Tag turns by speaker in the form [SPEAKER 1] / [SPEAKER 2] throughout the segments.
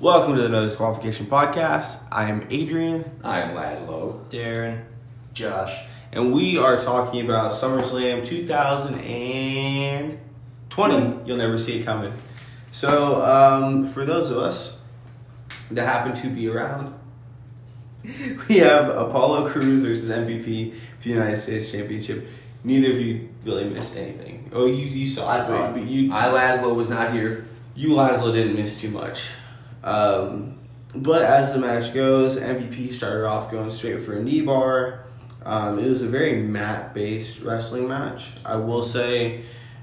[SPEAKER 1] Welcome to the No Disqualification Podcast. I am Adrian,
[SPEAKER 2] I am Laszlo.
[SPEAKER 3] Darren.
[SPEAKER 2] Josh.
[SPEAKER 1] and we are talking about SummerSlam 2020. You'll never see it coming. So, um, for those of us that happen to be around, we have Apollo Cruz versus MVP for the United States Championship. Neither of you really missed anything. Oh, you, you saw
[SPEAKER 2] I
[SPEAKER 1] it,
[SPEAKER 2] saw
[SPEAKER 1] but
[SPEAKER 2] it.
[SPEAKER 1] You,
[SPEAKER 2] I Laszlo was not here.
[SPEAKER 1] you Laszlo didn't miss too much. Um, but as the match goes, MVP started off going straight for a knee bar. Um, it was a very mat based wrestling match. I will say,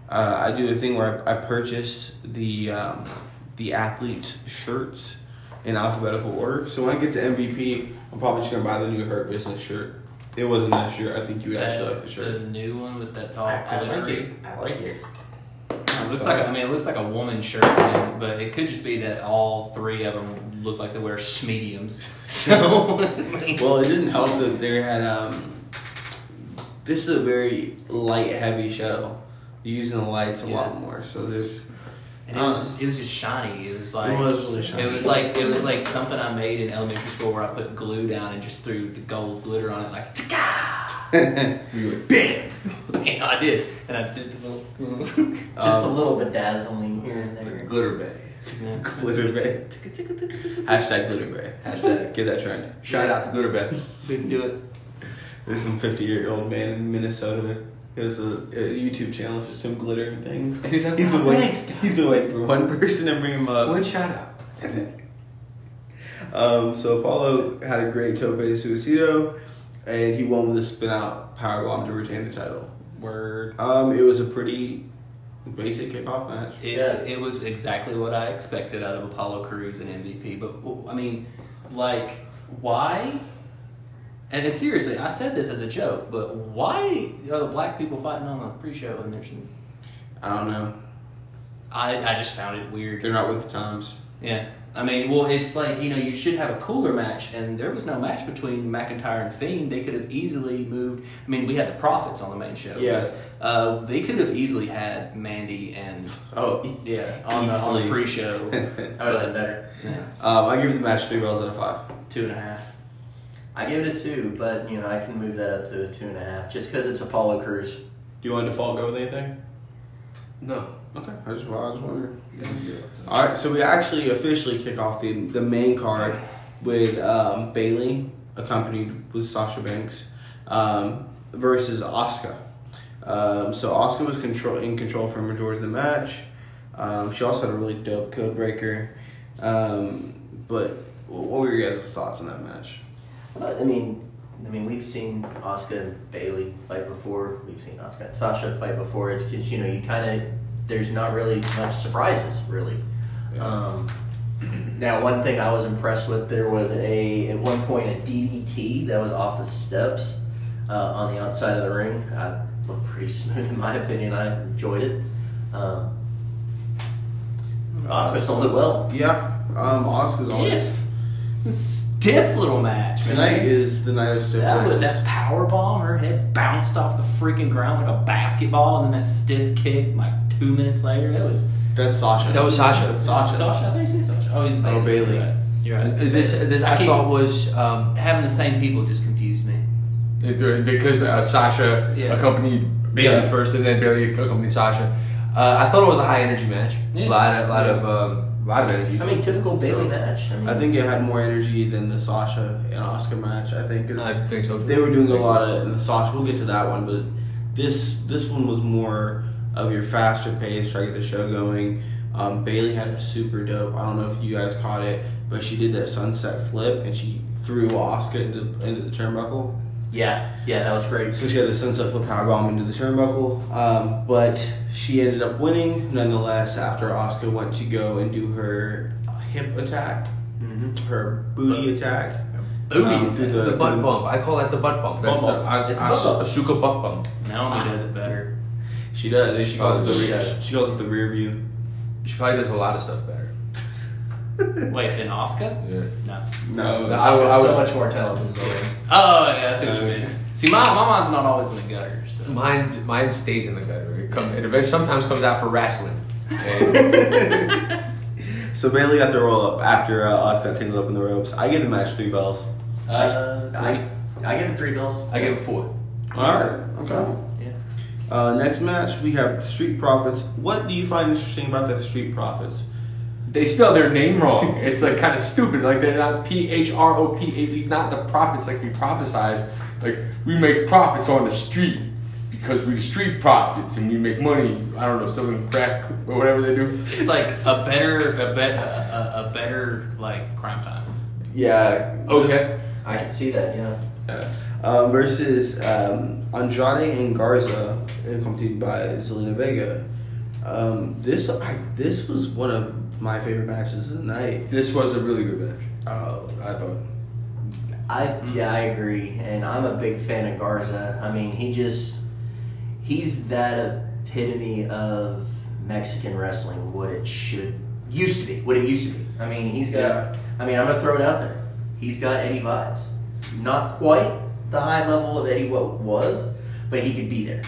[SPEAKER 1] uh, I do a thing where I, I purchase the um, the athletes' shirts in alphabetical order. So when I get to MVP, I'm probably just gonna buy the new Hurt Business shirt. It wasn't that shirt. I think you would actually like the
[SPEAKER 3] the
[SPEAKER 1] shirt.
[SPEAKER 3] new one with that top
[SPEAKER 1] I, I like
[SPEAKER 3] delivery.
[SPEAKER 1] it. I like it.
[SPEAKER 3] It looks
[SPEAKER 1] Sorry.
[SPEAKER 3] like I mean, it looks like a woman's shirt, man, but it could just be that all three of them look like they wear mediums. So,
[SPEAKER 1] Well, it didn't help that they had um. This is a very light heavy show. They're using the lights a lot more, so there's.
[SPEAKER 3] and it was just it was just shiny. It was like
[SPEAKER 1] it was really shiny.
[SPEAKER 3] It was like it was like something I made in elementary school where I put glue down and just threw the gold glitter on it like "Taka!"
[SPEAKER 2] We were like, bam!
[SPEAKER 3] yeah, I did. And I did the little just
[SPEAKER 4] Just
[SPEAKER 1] Um,
[SPEAKER 4] a little bedazzling here and
[SPEAKER 2] Like
[SPEAKER 4] there.
[SPEAKER 2] glitter bay.
[SPEAKER 3] yeah.
[SPEAKER 1] glitter bay. Hashtag glitter bay.
[SPEAKER 2] Hashtag.
[SPEAKER 1] Get that trend.
[SPEAKER 2] Shout out to glitter bay.
[SPEAKER 3] Didn't do it.
[SPEAKER 1] There's some 50 year old man in Minnesota. He has a, a YouTube channel, it's just him glittering things.
[SPEAKER 2] And he's like,
[SPEAKER 1] He's been,
[SPEAKER 2] "Oh,
[SPEAKER 1] waiting,
[SPEAKER 2] thanks, guys."
[SPEAKER 1] he's been waiting for one person to bring him up.
[SPEAKER 2] One shout out.
[SPEAKER 1] Um, so Apollo had a great tope suicido, and he won with a spin out powerbomb to retain the title.
[SPEAKER 3] Word.
[SPEAKER 1] Um, it was a pretty basic kickoff match.
[SPEAKER 3] It,
[SPEAKER 4] Yeah.
[SPEAKER 3] it was exactly what I expected out of Apollo Crews and MVP. But w- I mean, like, why? And, and seriously, I said this as a joke, but why are the black people fighting on the pre-show? And there's,
[SPEAKER 1] I don't know.
[SPEAKER 3] I, I just found it weird.
[SPEAKER 1] They're not with the times.
[SPEAKER 3] Yeah. I mean, well, it's like, you know, you should have a cooler match, and there was no match between McIntyre and Fiend. They could have easily moved. I mean, we had the Profits on the main show.
[SPEAKER 1] Yeah.
[SPEAKER 3] Uh, they could have easily had Mandy and,
[SPEAKER 1] Oh,
[SPEAKER 3] yeah, on the,
[SPEAKER 1] Easily.
[SPEAKER 3] on the pre show.
[SPEAKER 4] That would have been better.
[SPEAKER 3] yeah,
[SPEAKER 1] um, I give the match three bells out of five.
[SPEAKER 3] two and a half.
[SPEAKER 4] I give it a two, but you know I can move that up to a two and a half just because it's Apollo Crews.
[SPEAKER 1] Do you want to default go with anything?
[SPEAKER 2] No.
[SPEAKER 1] Okay, I just, I was wondering.
[SPEAKER 2] Thank you.
[SPEAKER 1] All right, so we actually officially kick off the the main card with um, Bailey accompanied with Sasha Banks um, versus Oscar. Um, so Oscar was control in control for a majority of the match. Um, she also had a really dope code breaker. Um, but what were your guys' thoughts on that match?
[SPEAKER 4] But, I mean, I mean we've seen Oscar and Bailey fight before. We've seen Oscar and Sasha fight before. It's because you know you kind of there's not really much surprises really. Um, now one thing I was impressed with there was a at one point a DDT that was off the steps uh, on the outside of the ring. I looked pretty smooth in my opinion. I enjoyed it. Um, Oscar sold it well.
[SPEAKER 1] Yeah, um, Oscar's always.
[SPEAKER 3] Stiff. Stiff little match, man.
[SPEAKER 1] Tonight is the night of stiff
[SPEAKER 3] That was
[SPEAKER 1] matches.
[SPEAKER 3] that power bomb. Her head bounced off the freaking ground like a basketball, and then that stiff kick. Like two minutes later, that was
[SPEAKER 1] That's Sasha.
[SPEAKER 2] That was Sasha.
[SPEAKER 1] Sasha.
[SPEAKER 3] Sasha. I thought you said Sasha. Oh, he's Bailey.
[SPEAKER 1] Oh, Bailey.
[SPEAKER 3] You're right. You're right.
[SPEAKER 2] Uh, This, this I
[SPEAKER 3] keep-
[SPEAKER 2] thought was um,
[SPEAKER 3] having the same people just confused me.
[SPEAKER 2] because uh, Sasha
[SPEAKER 3] Yeah.
[SPEAKER 2] accompanied Bailey
[SPEAKER 1] Yeah.
[SPEAKER 2] first, and then Bailey accompanied Sasha. Uh, I thought it was a high energy match. A
[SPEAKER 3] Yeah.
[SPEAKER 2] lot of, lot of, um, lot of energy.
[SPEAKER 4] I mean, typical Bailey match. I mean,
[SPEAKER 1] I think it had more energy than the Sasha and Oscar match. I think 'cause
[SPEAKER 2] I think so.
[SPEAKER 1] they were doing a lot of and the Sasha. We'll get to that one, but this this one was more of your faster pace, try to get the show going. Um, Bailey had a super dope. I don't know if you guys caught it, but she did that sunset flip and she threw Oscar into, into the turnbuckle.
[SPEAKER 4] yeah, yeah, that was great.
[SPEAKER 1] So she had the sunset flip powerbomb into the turnbuckle, um, but she ended up winning nonetheless. After Oscar went to go and do her hip attack, her booty attack,
[SPEAKER 3] Booty
[SPEAKER 1] um, through
[SPEAKER 3] attack.
[SPEAKER 1] the,
[SPEAKER 2] The butt bump. I call that the butt bump. That's
[SPEAKER 1] Bump bump.
[SPEAKER 2] the
[SPEAKER 4] It's
[SPEAKER 2] I,
[SPEAKER 4] butt
[SPEAKER 2] I,
[SPEAKER 4] bump.
[SPEAKER 2] Asuka butt bump.
[SPEAKER 1] Ah.
[SPEAKER 3] Naomi does it better.
[SPEAKER 1] She does. and She calls it the
[SPEAKER 2] Oh,
[SPEAKER 1] rear.
[SPEAKER 4] shit.
[SPEAKER 1] She calls it the rear view.
[SPEAKER 2] She probably does a lot of stuff better.
[SPEAKER 3] Wait, then Oscar?
[SPEAKER 2] Yeah.
[SPEAKER 3] No.
[SPEAKER 1] No,
[SPEAKER 2] No,
[SPEAKER 4] I
[SPEAKER 2] I would- I
[SPEAKER 4] so
[SPEAKER 2] would-
[SPEAKER 4] much more talented than Bailey.
[SPEAKER 3] Oh yeah, I see what you mean. See, my, my mind's not always in the gutter. So.
[SPEAKER 2] Mine, mine stays in the gutter. It come, it eventually sometimes comes out for wrestling. And
[SPEAKER 1] So Bailey got the roll up after uh, Oz got tangled up in the ropes. I give the match three bells.
[SPEAKER 3] Uh,
[SPEAKER 4] I I give it three bills.
[SPEAKER 5] I give it four.
[SPEAKER 1] All right. Okay.
[SPEAKER 4] Yeah.
[SPEAKER 1] Uh, next match, we have the Street Profits. What do you find interesting about the Street Profits?
[SPEAKER 5] They spell their name wrong. It's like kind of stupid. Like they're not P H R O P H E, not the prophets like we prophesized. Like we make profits on the street because we the street profits and we make money. I don't know selling crack or whatever they do.
[SPEAKER 3] it's like a better, a, be- a, a, a better like crime time.
[SPEAKER 1] Yeah.
[SPEAKER 5] Okay.
[SPEAKER 4] I can see that. Yeah.
[SPEAKER 1] Yeah. Um, versus um, Andrade and Garza, accompanied by Zelina Vega. Um, this I, this was one of my favorite matches of the night.
[SPEAKER 5] This was a really good match.
[SPEAKER 1] Uh,
[SPEAKER 5] I thought.
[SPEAKER 4] I yeah I agree, and I'm a big fan of Garza. I mean, he just he's that epitome of Mexican wrestling, what it should used to be, what it used to be. I mean, he's got.
[SPEAKER 1] Yeah.
[SPEAKER 4] I mean, I'm gonna throw it out there. He's got Eddie vibes, not quite the high level of Eddie what was, but he could be there.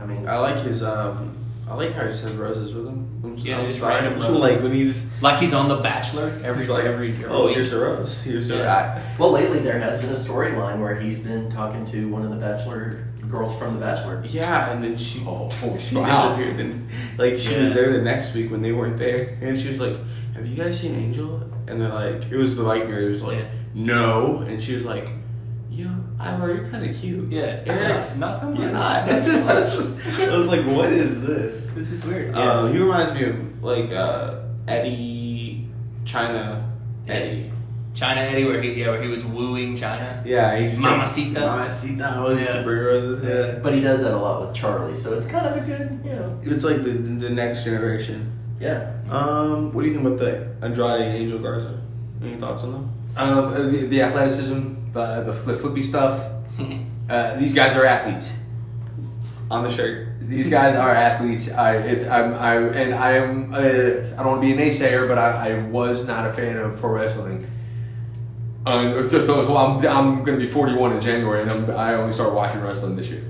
[SPEAKER 4] I mean,
[SPEAKER 1] I like his. Um, I like how he just has roses with him. I'm
[SPEAKER 3] Yeah,
[SPEAKER 1] I'm
[SPEAKER 3] just
[SPEAKER 1] sorry.
[SPEAKER 3] random
[SPEAKER 1] Like
[SPEAKER 3] roses.
[SPEAKER 1] when he just
[SPEAKER 3] Like he's on The Bachelor every
[SPEAKER 1] he's like,
[SPEAKER 3] every, every
[SPEAKER 1] oh,
[SPEAKER 3] week.
[SPEAKER 1] here's a rose. Here's a.
[SPEAKER 3] Yeah.
[SPEAKER 4] well, lately there has been a storyline where he's been talking to one of the Bachelor girls from the Bachelor.
[SPEAKER 1] Yeah, and then she
[SPEAKER 5] Oh, oh,
[SPEAKER 1] she
[SPEAKER 5] wow.
[SPEAKER 1] disappeared. And like she
[SPEAKER 4] Yeah.
[SPEAKER 1] was there the next week when they weren't there, and she was like, "Have you guys seen Angel?" And they're like, "It was the Viking Raiders." Like,
[SPEAKER 3] Yeah.
[SPEAKER 1] no, and she was like, "Yo, Ivor, you're kind of cute.
[SPEAKER 3] Yeah,
[SPEAKER 1] Eric,
[SPEAKER 3] not so much.
[SPEAKER 1] you're not." I was like, "What is this?"
[SPEAKER 3] This is weird.
[SPEAKER 1] Uh, he reminds me of like uh, Eddie China Eddie.
[SPEAKER 3] China Eddie, where he yeah, where he was wooing China.
[SPEAKER 1] Yeah, he's
[SPEAKER 3] Mamacita.
[SPEAKER 1] Mamacita. I was
[SPEAKER 3] Yeah.
[SPEAKER 1] the burger roses. Yeah.
[SPEAKER 4] But he does that a lot with Charlie, so it's kind of a good, you know.
[SPEAKER 1] It's like the the next generation.
[SPEAKER 4] Yeah.
[SPEAKER 1] Um, what do you think about the Andrade and Angel Garza? Any thoughts on them?
[SPEAKER 5] Um, uh, the, the athleticism, the the, the flippy stuff. Uh, these guys are athletes.
[SPEAKER 1] On the shirt.
[SPEAKER 5] These guys are athletes. I, it, I'm, I, and I am. Uh, I don't want to be a naysayer, but I, I was not a fan of pro wrestling. Um, it's just, well, I'm, I'm going to be 41 in January, and I'm, I only started watching wrestling this year.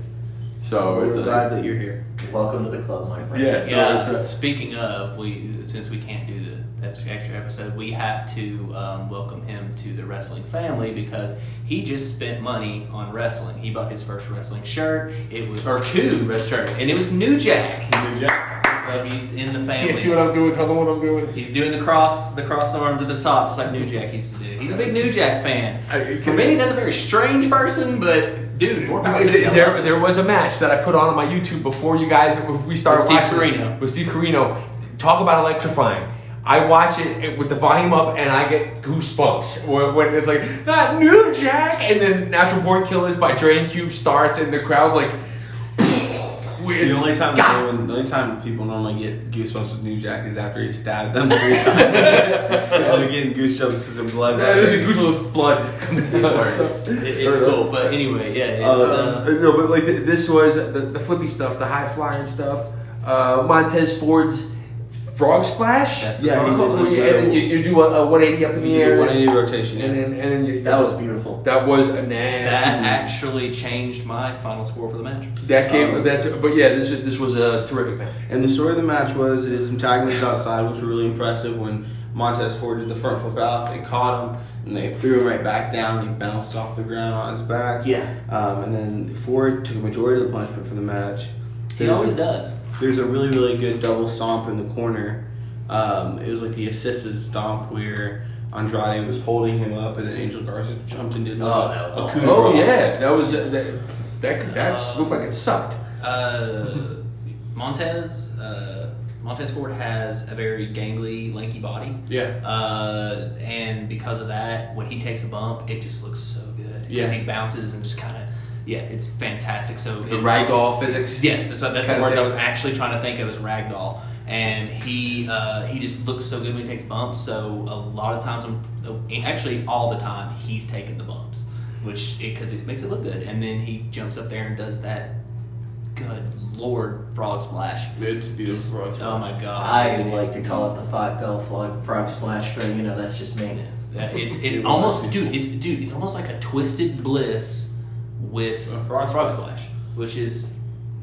[SPEAKER 5] So
[SPEAKER 1] We're
[SPEAKER 5] Oh, it's a-
[SPEAKER 1] glad that you're here.
[SPEAKER 4] Welcome to the club, my friend.
[SPEAKER 5] Yeah.
[SPEAKER 3] yeah.
[SPEAKER 5] so it's a-
[SPEAKER 3] speaking of, we since we can't do the extra extra episode, we have to um, welcome him to the wrestling family because he just spent money on wrestling. He bought his first wrestling shirt. It was or two wrestling shirt, and it was New Jack. So he's in the family.
[SPEAKER 5] Can't see what I'm doing. Tell them what I'm doing.
[SPEAKER 3] He's doing the cross, the cross arm to the top, just like New Jack used to do. He's a big New Jack fan.
[SPEAKER 5] I-
[SPEAKER 3] For me, that's a very strange person, but dude, more power to him.
[SPEAKER 5] There, there was a match that I put on on my YouTube before you guys we started
[SPEAKER 3] With Steve
[SPEAKER 5] watching this,
[SPEAKER 3] Corino.
[SPEAKER 5] with Steve Carino. Talk about electrifying. I watch it it- with the volume up and I get goosebumps when, when it's like not new Jack and then Natural Born Killers by Drain Cube starts and the crowd's like.
[SPEAKER 1] The
[SPEAKER 5] It's,
[SPEAKER 1] only time
[SPEAKER 5] God.
[SPEAKER 1] everyone- the only time people normally get goosebumps with New Jack is after he stabbed them three times. and they're getting goosebumps because of blood.
[SPEAKER 5] That is a goosebumps of blood.
[SPEAKER 3] It works. It- it's cool, but anyway, yeah, it's
[SPEAKER 1] Uh,
[SPEAKER 3] uh,
[SPEAKER 5] Uh, no, but like th- this was the, the flippy stuff, the high flying stuff. Uh, Montez Ford's frog splash.
[SPEAKER 3] That's the
[SPEAKER 1] Yeah,
[SPEAKER 5] And
[SPEAKER 1] frog splash.
[SPEAKER 5] then you, you do a, a 180 up in the
[SPEAKER 1] You do
[SPEAKER 5] air,
[SPEAKER 1] one eighty rotation.
[SPEAKER 5] uh, and
[SPEAKER 1] yeah.
[SPEAKER 5] then and then you,
[SPEAKER 4] That was beautiful.
[SPEAKER 5] that was a nasty.
[SPEAKER 3] that
[SPEAKER 5] move.
[SPEAKER 3] actually changed my final score for the match.
[SPEAKER 5] that gave
[SPEAKER 1] um,
[SPEAKER 5] that's but yeah, this this was a terrific match.
[SPEAKER 1] And the story of the match was it is antagonists outside, which were really impressive when Montez Ford did the front flip out, they caught him, and they threw him right back down. He bounced off the ground on his back.
[SPEAKER 4] Yeah.
[SPEAKER 1] Um, and then Ford took a majority of the punishment for the match.
[SPEAKER 3] He
[SPEAKER 1] There's
[SPEAKER 3] always
[SPEAKER 1] a,
[SPEAKER 3] does.
[SPEAKER 1] There's a really, really good double stomp in the corner. Um, it was like the assisted stomp where Andrade was holding him up, and then Angel Garza jumped and did like,
[SPEAKER 4] Oh, that was
[SPEAKER 1] a
[SPEAKER 4] awesome.
[SPEAKER 1] coup de
[SPEAKER 5] Oh
[SPEAKER 1] grace.
[SPEAKER 5] yeah, that was uh, that that
[SPEAKER 1] Um,
[SPEAKER 5] that's looked like it sucked.
[SPEAKER 3] Uh, Montez, uh, Montez Ford has a very gangly, lanky body.
[SPEAKER 1] Yeah.
[SPEAKER 3] Uh, and because of that, when he takes a bump, it just looks so good.
[SPEAKER 1] Yeah.
[SPEAKER 3] Because he bounces and just kind of, yeah, it's fantastic. So
[SPEAKER 5] The
[SPEAKER 3] it-
[SPEAKER 5] ragdoll physics.
[SPEAKER 3] Yes, that's what that's the
[SPEAKER 5] Kinda
[SPEAKER 3] words I
[SPEAKER 5] thing.
[SPEAKER 3] was actually trying to think of as ragdoll. And he uh, he just looks so good when he takes bumps. So a lot of times, I'm, uh, actually all the time, he's taking the bumps, which because it, makes it look good. And then he jumps up there and does that. Good lord, frog splash!
[SPEAKER 1] It's
[SPEAKER 3] Just-
[SPEAKER 1] beautiful.
[SPEAKER 3] oh my god!
[SPEAKER 4] I like to call it the five bell frog, frog splash, but you know that's just me.
[SPEAKER 3] Uh, It's it's
[SPEAKER 1] It
[SPEAKER 3] almost
[SPEAKER 1] was.
[SPEAKER 3] dude. It's dude. It's almost like a twisted bliss with
[SPEAKER 1] A
[SPEAKER 3] frog,
[SPEAKER 1] frog
[SPEAKER 3] splash, which is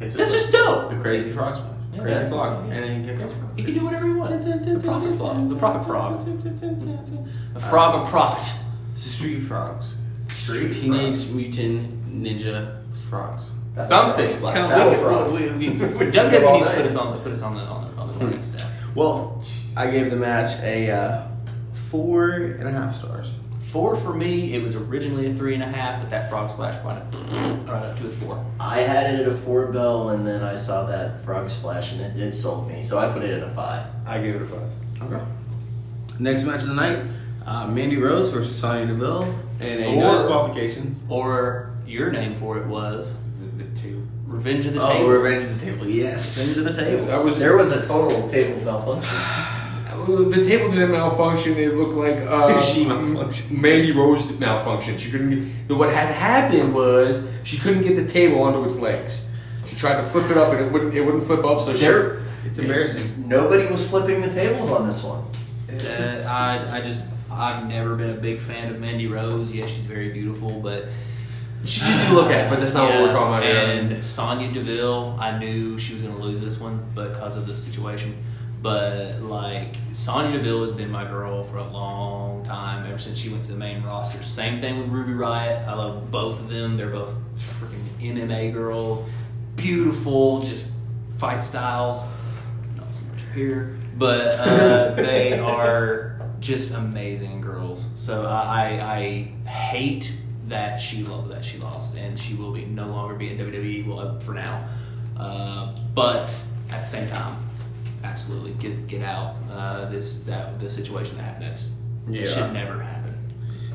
[SPEAKER 1] It's
[SPEAKER 3] that's just dope.
[SPEAKER 1] the crazy frog splash.
[SPEAKER 3] Yeah,
[SPEAKER 1] Crazy
[SPEAKER 4] Yeah.
[SPEAKER 1] Frog, and then he can catch
[SPEAKER 3] He can do whatever he wants. The prophet frog. The prophet frog.
[SPEAKER 1] frog.
[SPEAKER 3] A frog of prophet.
[SPEAKER 1] Street frogs.
[SPEAKER 4] Street
[SPEAKER 1] Teenage
[SPEAKER 4] frogs.
[SPEAKER 1] Mutant Ninja Frogs.
[SPEAKER 4] That's
[SPEAKER 3] Something.
[SPEAKER 4] like
[SPEAKER 3] Come
[SPEAKER 4] Battle
[SPEAKER 3] look at-
[SPEAKER 4] Frogs.
[SPEAKER 3] we- we- we-
[SPEAKER 4] We can go all
[SPEAKER 3] WWE's
[SPEAKER 4] night.
[SPEAKER 3] put us on the put us on the on the on the warning staff.
[SPEAKER 1] Well, I gave the match a uh, four and a half stars.
[SPEAKER 3] Four for me. It was originally a three and a half, but that frog splash brought it right up to a four.
[SPEAKER 4] I had it at a four bell, and then I saw that frog splash, and it, it sold me. So I put it at a five.
[SPEAKER 5] I gave it a five.
[SPEAKER 1] Okay. Next match of the night, uh, Mandy Rose versus Sonya Deville in a
[SPEAKER 3] Or-
[SPEAKER 1] no disqualifications.
[SPEAKER 3] Or your name for it was
[SPEAKER 2] The, the table.
[SPEAKER 3] Revenge of the
[SPEAKER 1] Oh,
[SPEAKER 3] Table.
[SPEAKER 1] Revenge of the Table. Yes.
[SPEAKER 3] Revenge of the Table.
[SPEAKER 2] That was
[SPEAKER 4] There was a total table malfunction.
[SPEAKER 2] The table didn't malfunction. It looked like uh,
[SPEAKER 1] She malfunctioned.
[SPEAKER 2] Mandy Rose malfunctioned. She couldn't. Get, the- what had happened was she couldn't get the table onto its legs. She tried to flip it up and it wouldn't. It wouldn't flip up. So she,
[SPEAKER 4] There-
[SPEAKER 1] It's embarrassing.
[SPEAKER 4] Nobody was flipping the tables on this one.
[SPEAKER 3] Uh, I, I just I've never been a big fan of Mandy Rose. Yeah, she's very beautiful, but
[SPEAKER 2] she's easy to look at, but that's not what we're
[SPEAKER 3] Yeah,
[SPEAKER 2] talking about here.
[SPEAKER 3] And Sonya Deville, I knew she was going to lose this one because of the situation. But like Sonya Deville has been my girl for a long time, ever since she went to the main roster. Same thing with Ruby Riot. I love both of them. They're both freaking MMA girls, beautiful, just fight styles. Not so much here, but uh, they are just amazing girls. So I, I, I hate that she lo- that she lost, and she will be no longer be in WWE. Well, uh, for now, uh, but at the same time, absolutely get get out. Uh, this that the situation that happened that's
[SPEAKER 1] Yeah.
[SPEAKER 3] that should never happen.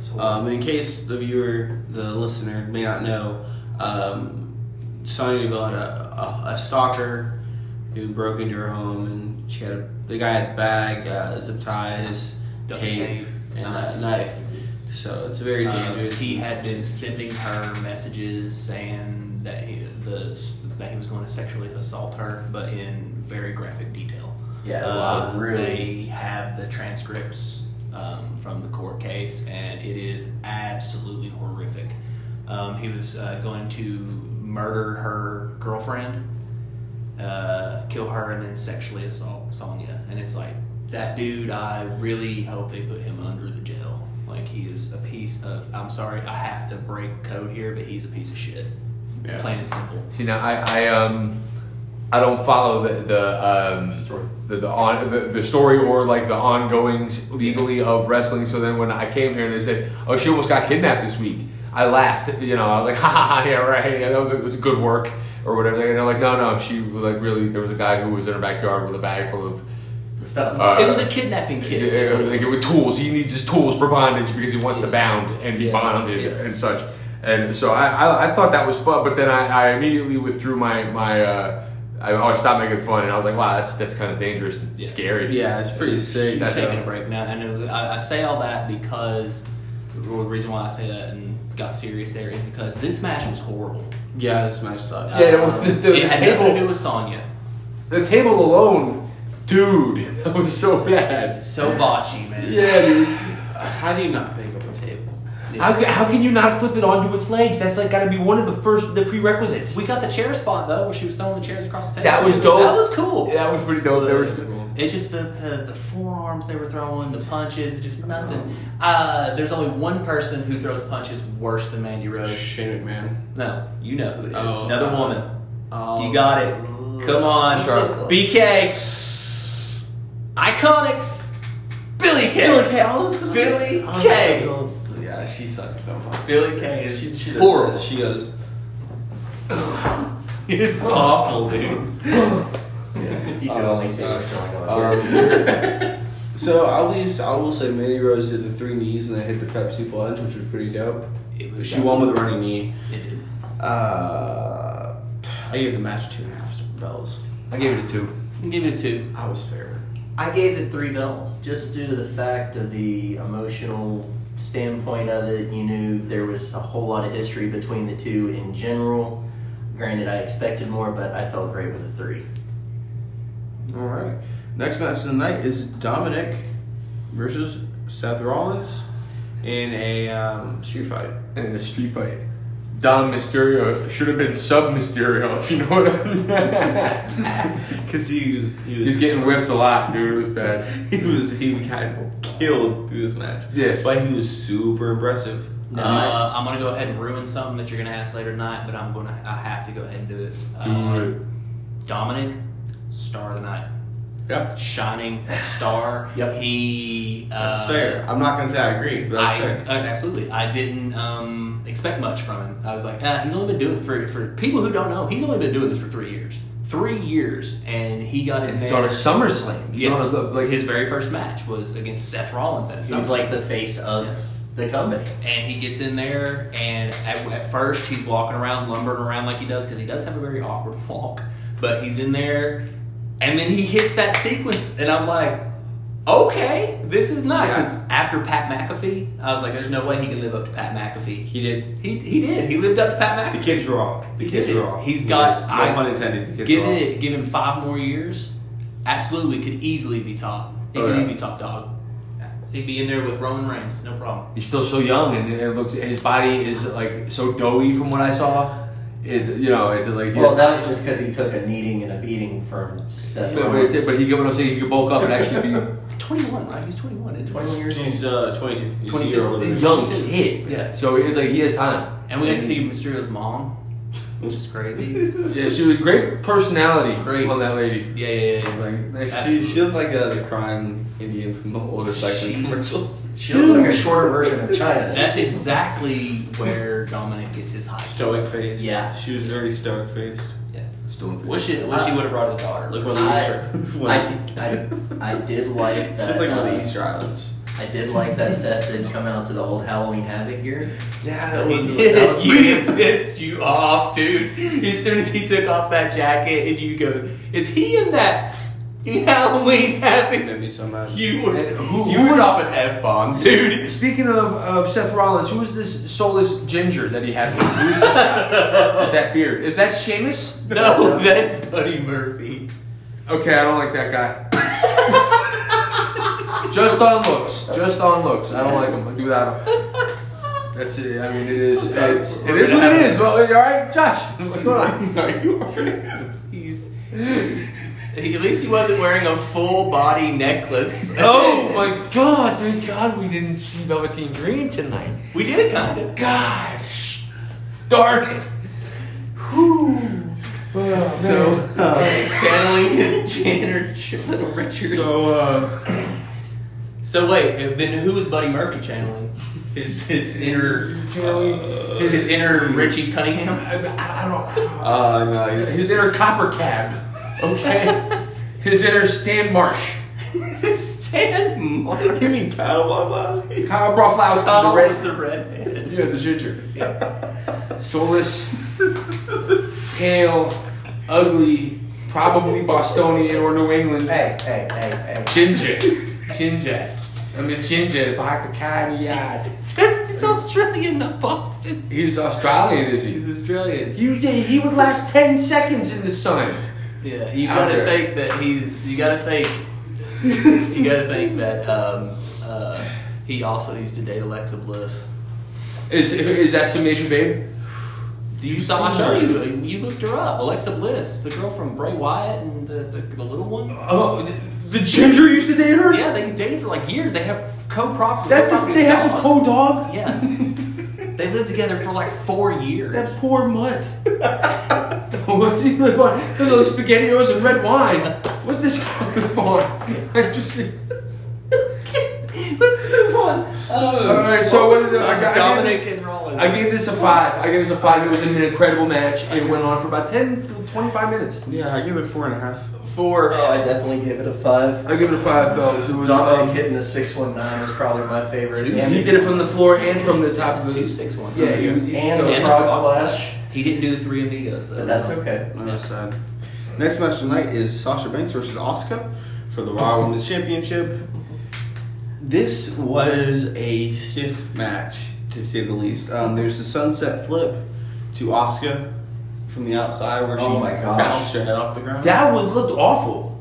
[SPEAKER 3] So,
[SPEAKER 1] Um, in case the viewer, the listener may not know, um, Sonya Deville had a, a, a stalker who broke into her home, and she had a, the guy had bag, uh, zip ties,
[SPEAKER 3] Duct
[SPEAKER 1] tape,
[SPEAKER 3] tape,
[SPEAKER 1] and
[SPEAKER 3] knife.
[SPEAKER 1] a knife. So it's a very
[SPEAKER 3] Uh,
[SPEAKER 1] dangerous.
[SPEAKER 3] he had been sending her messages saying that he, the, that he was going to sexually assault her, but in very graphic detail.
[SPEAKER 4] Yeah, it was
[SPEAKER 3] Uh,
[SPEAKER 4] a really-
[SPEAKER 3] They have the transcripts um, from the court case, and it is absolutely horrific. Um, he was uh, going to murder her girlfriend, uh, kill her, and then sexually assault Sonya. And it's like, that dude, I really hope they put him under the jail. Like, he is a piece of, I'm sorry, I have to break code here, but he's a piece of shit.
[SPEAKER 2] Yes.
[SPEAKER 3] Plain and simple.
[SPEAKER 5] See now, I, I um, I don't follow the the um, story, the the, on, the the story or like the ongoings legally of wrestling. So then when I came here and they said, "Oh, she almost got kidnapped this week," I laughed. You know, I was like, "Ha ha, ha yeah, right, yeah, that was, a, that was good work or whatever." And they're like, "No, no, she like really." There was a guy who was in her backyard with a bag full of.
[SPEAKER 4] Stuff.
[SPEAKER 5] Uh,
[SPEAKER 3] it was a kidnapping kid. is what it
[SPEAKER 5] Like
[SPEAKER 3] was.
[SPEAKER 5] with tools, he needs his tools for bondage because he wants to bound and be
[SPEAKER 3] Yeah.
[SPEAKER 5] bonded
[SPEAKER 3] Yes.
[SPEAKER 5] and such. And so I, I, I thought that was fun, but then I, I immediately withdrew my my. Uh, I, I stopped making fun, and I was like, "Wow, that's that's kind of dangerous and
[SPEAKER 3] Yeah.
[SPEAKER 5] scary."
[SPEAKER 1] yeah, it's pretty sick.
[SPEAKER 3] She's
[SPEAKER 1] so-
[SPEAKER 3] taking a break now, and I, I say all that because the reason why I say that and got serious there is because this match was horrible.
[SPEAKER 1] yeah, this match sucks.
[SPEAKER 5] Yeah, well, the- the-
[SPEAKER 3] it
[SPEAKER 5] the
[SPEAKER 3] had nothing
[SPEAKER 5] table-
[SPEAKER 3] to do with Sonya.
[SPEAKER 5] The table alone, dude, that was so bad.
[SPEAKER 3] So botchy, man.
[SPEAKER 5] Yeah, dude.
[SPEAKER 1] Uh, How do you not pick up a table?
[SPEAKER 5] How, ca- how can you not flip it onto its legs? That's like got to be one of the first the prerequisites.
[SPEAKER 3] We got the chair spot though, where she was throwing the chairs across the table.
[SPEAKER 5] That was dope.
[SPEAKER 3] That was cool.
[SPEAKER 5] That was pretty dope. There was
[SPEAKER 3] It's just the, the, the forearms they were throwing, the punches, it's just nothing. Uh, there's only one person who throws punches worse than Mandy Rose.
[SPEAKER 1] Shane McMahon.
[SPEAKER 3] No, you know who it is.
[SPEAKER 1] Oh,
[SPEAKER 3] Another
[SPEAKER 1] uh,
[SPEAKER 3] woman.
[SPEAKER 1] Oh.
[SPEAKER 3] You got it. Come on,
[SPEAKER 1] Sharp.
[SPEAKER 3] BK. Iconics. Billy K.
[SPEAKER 1] Billy Kay. I was gonna say-
[SPEAKER 3] Billy
[SPEAKER 1] I was
[SPEAKER 3] Kay.
[SPEAKER 4] Oh,
[SPEAKER 1] gonna go- Yeah, she sucks at that one.
[SPEAKER 3] Billy Kay
[SPEAKER 1] She,
[SPEAKER 3] is
[SPEAKER 1] she does
[SPEAKER 3] horrible.
[SPEAKER 1] this. She goes.
[SPEAKER 3] It's awful, dude.
[SPEAKER 4] If you could only see what's going on.
[SPEAKER 1] uh, um, So I'll leave. I will say, Mandy Rose did the three knees and then hit the Pepsi plunge, which was pretty dope.
[SPEAKER 3] It was
[SPEAKER 1] She
[SPEAKER 3] bad.
[SPEAKER 1] won with a running knee.
[SPEAKER 3] It did.
[SPEAKER 1] Uh, I gave the match two and a half bells.
[SPEAKER 5] I gave it a two.
[SPEAKER 3] I'll Give it a two.
[SPEAKER 1] I was fair.
[SPEAKER 4] I gave it three bells just due to the fact of the emotional standpoint of it. You knew there was a whole lot of history between the two in general. Granted, I expected more, but I felt great with a three.
[SPEAKER 1] All right. Next match of the night is Dominic versus Seth Rollins in a um, street fight.
[SPEAKER 5] And a street fight. Don Mysterio should have been Sub Mysterio, if you know what I mean.
[SPEAKER 1] Because he was he was
[SPEAKER 5] He's getting whipped a lot, dude. It was bad.
[SPEAKER 1] he was he got killed through this match.
[SPEAKER 5] Yeah.
[SPEAKER 1] but he was super impressive.
[SPEAKER 3] Uh, I'm gonna go ahead and ruin something that you're gonna ask later tonight, but I'm gonna I have to go ahead and do it. Uh, Dominic, star of the night,
[SPEAKER 5] Yeah.
[SPEAKER 3] shining star.
[SPEAKER 4] Yep.
[SPEAKER 3] He. Uh,
[SPEAKER 1] That's fair. I'm not gonna say I agree, but that's
[SPEAKER 3] I,
[SPEAKER 1] fair.
[SPEAKER 3] uh, absolutely. I didn't um, expect much from him. I was like, ah, he's only been doing for for people who don't know. He's only been doing this for three years. Three years, and he got in
[SPEAKER 5] He's
[SPEAKER 3] there.
[SPEAKER 5] on a SummerSlam. He's
[SPEAKER 3] Oh, Yeah.
[SPEAKER 5] on a like
[SPEAKER 3] his very first match was against Seth Rollins at
[SPEAKER 4] He's
[SPEAKER 3] SummerSlam.
[SPEAKER 4] like the face of the company.
[SPEAKER 3] and he gets in there and at, at first he's walking around lumbering around like he does because he does have a very awkward walk but he's in there and then he hits that sequence and i'm like okay this is not because after pat mcafee i was like there's no way he can live up to pat mcafee
[SPEAKER 1] He did.
[SPEAKER 3] he, he did he lived up to pat
[SPEAKER 1] The
[SPEAKER 3] mcafee
[SPEAKER 1] kids are all. The kids are all.
[SPEAKER 3] He's got-
[SPEAKER 1] No
[SPEAKER 3] I-
[SPEAKER 1] pun intended. The kids
[SPEAKER 3] give
[SPEAKER 1] are all.
[SPEAKER 3] it give him five more years absolutely could easily be top he
[SPEAKER 1] Oh,
[SPEAKER 3] could
[SPEAKER 1] yeah.
[SPEAKER 3] easily be top dog he'd be in there with roman reigns no problem
[SPEAKER 5] he's still so young, and it looks his body is like so doughy from what I saw. It you know it's like he
[SPEAKER 4] Well,
[SPEAKER 5] doesn't-
[SPEAKER 4] that was just because he took a kneading and a beating from Seth
[SPEAKER 5] but, but, it's-
[SPEAKER 4] Rollins.
[SPEAKER 5] but he what I'm saying he could bulk up and actually be
[SPEAKER 3] 21 right he's 21 and 21 years old
[SPEAKER 1] He's uh, 22. He's a year older than
[SPEAKER 5] a
[SPEAKER 1] me.
[SPEAKER 5] young kid.
[SPEAKER 3] Yeah.
[SPEAKER 5] So it's like he has time.
[SPEAKER 3] And we got to see Mysterio's mom, which is crazy.
[SPEAKER 5] Yeah, she was great personality.
[SPEAKER 3] Great.
[SPEAKER 5] on that lady.
[SPEAKER 3] yeah, yeah, yeah.
[SPEAKER 5] Like nice.
[SPEAKER 1] She, she looked like a, the crime Indian from the older section
[SPEAKER 3] She's-
[SPEAKER 1] commercials.
[SPEAKER 4] She looked like a shorter version of China.
[SPEAKER 3] That's exactly where Dominic gets his hype.
[SPEAKER 1] Stoic face.
[SPEAKER 4] Yeah.
[SPEAKER 1] She was very stoic faced.
[SPEAKER 3] yeah.
[SPEAKER 5] Stone face.
[SPEAKER 3] Wish it. Wish he would have brought his daughter.
[SPEAKER 1] Like one of
[SPEAKER 4] I-
[SPEAKER 1] the Easter.
[SPEAKER 4] I, I, I did like
[SPEAKER 1] She's
[SPEAKER 4] that.
[SPEAKER 1] like one of
[SPEAKER 4] uh,
[SPEAKER 1] the Easter Islands.
[SPEAKER 4] I did like that Seth did come out to the old Halloween Havoc here.
[SPEAKER 1] Yeah,
[SPEAKER 4] that was- that was
[SPEAKER 3] you pissed you off, dude. As soon as he took off that jacket, and you go, "Is he in that Halloween happening?"
[SPEAKER 1] Made me so mad.
[SPEAKER 3] You were
[SPEAKER 5] And who-
[SPEAKER 3] you
[SPEAKER 5] who
[SPEAKER 3] were
[SPEAKER 5] was-
[SPEAKER 3] off an f bomb, dude.
[SPEAKER 5] Speaking of, of Seth Rollins, who is this soulless ginger that he had? With? him? Who's this guy with that beard? Is that Sheamus?
[SPEAKER 3] No, that's Buddy Murphy.
[SPEAKER 5] Okay, I don't like that guy. just on looks. Just on looks. I don't like him. Do without him. That's it. I mean, it is. It's, it is what it is. Well, all right, Josh. What's going on?
[SPEAKER 3] He's. He, at least he wasn't wearing a full body necklace.
[SPEAKER 5] Oh my God! Thank God we didn't see Velveteen Dream tonight.
[SPEAKER 3] We did it kind of.
[SPEAKER 5] Gosh, darn it! Oh,
[SPEAKER 1] So, uh,
[SPEAKER 3] channeling his Janner Little Richard. So,
[SPEAKER 1] so uh,
[SPEAKER 3] wait, then who is Buddy Murphy channeling? His his inner uh, his inner Richie Cunningham.
[SPEAKER 5] I, I don't. I don't
[SPEAKER 1] uh, no, he's-
[SPEAKER 5] His inner copper cab. Okay. His inner Stan Marsh.
[SPEAKER 3] Stan Mark.
[SPEAKER 5] You mean
[SPEAKER 1] Kyle Blomblowski.
[SPEAKER 5] Kyle Broflowski,
[SPEAKER 3] Kyle
[SPEAKER 5] the
[SPEAKER 3] was
[SPEAKER 5] red?
[SPEAKER 3] the redhead.
[SPEAKER 5] Yeah, the ginger. Soulless, pale, ugly, probably Bostonian or New England.
[SPEAKER 4] Hey, hey, hey, hey.
[SPEAKER 5] Ginger. Ginger. I'm a ginger behind the county yard.
[SPEAKER 3] That's it's Australian, not Boston.
[SPEAKER 5] He's Australian, is he?
[SPEAKER 3] He's Australian.
[SPEAKER 5] He, he would last 10 seconds in the sun.
[SPEAKER 3] Yeah, you
[SPEAKER 5] Out
[SPEAKER 3] gotta
[SPEAKER 5] there.
[SPEAKER 3] think that he's. You gotta think. you gotta think that um, uh, he also used to date Alexa Bliss.
[SPEAKER 5] Is, is that summation, babe?
[SPEAKER 3] Do you saw? I showed you. You looked her up. Alexa Bliss, the girl from Bray Wyatt and the, the, the little one.
[SPEAKER 5] Oh, the, the ginger used to date her?
[SPEAKER 3] Yeah, they dated for like years. They have co-property.
[SPEAKER 5] That's the, they have the co dog?
[SPEAKER 3] Yeah. they lived together for like four years.
[SPEAKER 5] That poor mutt. What's he live on? Those little spaghettios and red wine. What's this guy live on? I just.
[SPEAKER 3] Let's move on.
[SPEAKER 5] All right, so what did the- I got? I
[SPEAKER 3] Oh. Dominic
[SPEAKER 5] gave, this,
[SPEAKER 3] and Rollins.
[SPEAKER 5] I gave this a five. I gave this a five. It was an incredible match. It went on for about 10 to 25 minutes.
[SPEAKER 1] Yeah, I give it four and a half.
[SPEAKER 3] for
[SPEAKER 4] Oh, I definitely gave it a five.
[SPEAKER 5] I give it a five bells. It was.
[SPEAKER 4] Dominic
[SPEAKER 5] Um,
[SPEAKER 4] hitting the six one nine was probably my favorite. And
[SPEAKER 5] he did it from the floor and from the top of
[SPEAKER 3] two
[SPEAKER 5] the.
[SPEAKER 3] six one.
[SPEAKER 5] Yeah, he, he,
[SPEAKER 4] and
[SPEAKER 5] so-
[SPEAKER 4] the
[SPEAKER 3] And
[SPEAKER 4] frog
[SPEAKER 3] the frog
[SPEAKER 4] splash,
[SPEAKER 3] He didn't do the three amigos though.
[SPEAKER 4] but that's okay.
[SPEAKER 1] That was sad. Next match tonight is Sasha Banks versus Oscar for the Raw Women's Championship. This was a stiff match, to say the least. Um, there's a sunset flip to Oscar from the outside where she
[SPEAKER 4] Oh my gosh.
[SPEAKER 1] bounced her head off the ground.
[SPEAKER 5] that was looked awful.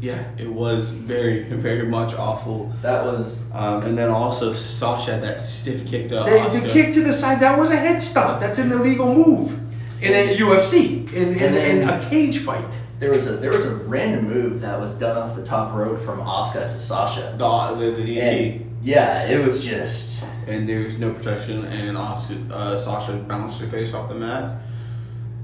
[SPEAKER 1] Yeah, it was very, very much awful.
[SPEAKER 4] That was
[SPEAKER 1] Um, and then also Sasha had that stiff kick to
[SPEAKER 5] The, the
[SPEAKER 1] Asuka.
[SPEAKER 5] kick to the side, that was a head stomp. That's an illegal move in a UFC, in, in,
[SPEAKER 4] And then-
[SPEAKER 5] in a cage fight.
[SPEAKER 4] there was a there was a random move that was done off the top rope from Oscar to Sasha.
[SPEAKER 1] The, the, the DT.
[SPEAKER 4] And yeah, it was just
[SPEAKER 1] and there's no protection, and Oscar, uh, Sasha bounced her face off the mat.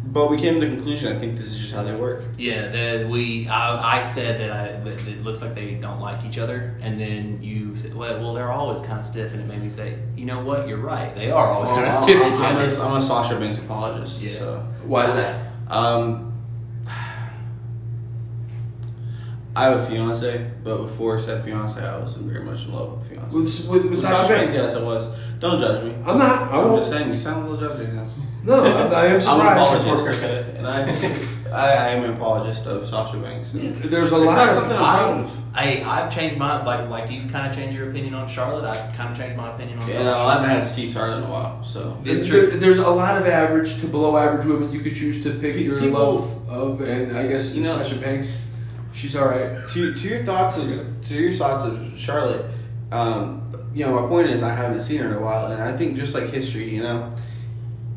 [SPEAKER 1] But we came to the conclusion. I think this is just how they work.
[SPEAKER 3] Yeah, that we. I, I said that, I, that it looks like they don't like each other, and then you. said, Well, well they're always kind of stiff, and it made me say, you know what? You're right. They are always kind of
[SPEAKER 1] Oh, I'm,
[SPEAKER 3] stiff.
[SPEAKER 1] I'm a, I'm a Sasha Banks apologist.
[SPEAKER 3] Yeah.
[SPEAKER 1] So,
[SPEAKER 5] Why is that?
[SPEAKER 1] um, I have a fiance, but before said fiance, I was very much in love with fiance.
[SPEAKER 5] With, with, with
[SPEAKER 1] With
[SPEAKER 5] Sasha Banks?
[SPEAKER 1] Yes, I was. Don't judge me.
[SPEAKER 5] I'm not. I
[SPEAKER 1] I'm just
[SPEAKER 5] won't.
[SPEAKER 1] saying, you sound a little judgy. now.
[SPEAKER 5] No, I'm, I am
[SPEAKER 1] I'm an
[SPEAKER 5] surprised.
[SPEAKER 1] apologist, okay? And I, I, I am an apologist of Sasha Banks. and
[SPEAKER 5] There's a
[SPEAKER 1] It's
[SPEAKER 5] lot
[SPEAKER 1] not
[SPEAKER 5] of
[SPEAKER 1] something I'm proud
[SPEAKER 3] I,
[SPEAKER 1] of.
[SPEAKER 3] I, I've changed my like like you've kind of changed your opinion on Charlotte. I've kind of changed my opinion on.
[SPEAKER 1] And
[SPEAKER 3] Sasha.
[SPEAKER 1] I haven't had to see Charlotte in a while, so.
[SPEAKER 3] It's
[SPEAKER 5] There-
[SPEAKER 3] true.
[SPEAKER 5] there's a lot of average to below average women you could choose to pick
[SPEAKER 1] Pe-
[SPEAKER 5] your
[SPEAKER 1] people-
[SPEAKER 5] love of, and I guess
[SPEAKER 1] You know-
[SPEAKER 5] Sasha Banks, she's all right.
[SPEAKER 1] To, to your thoughts of to your thoughts of Charlotte, um, you know, my point is I haven't seen her in a while, and I think just like history, you know,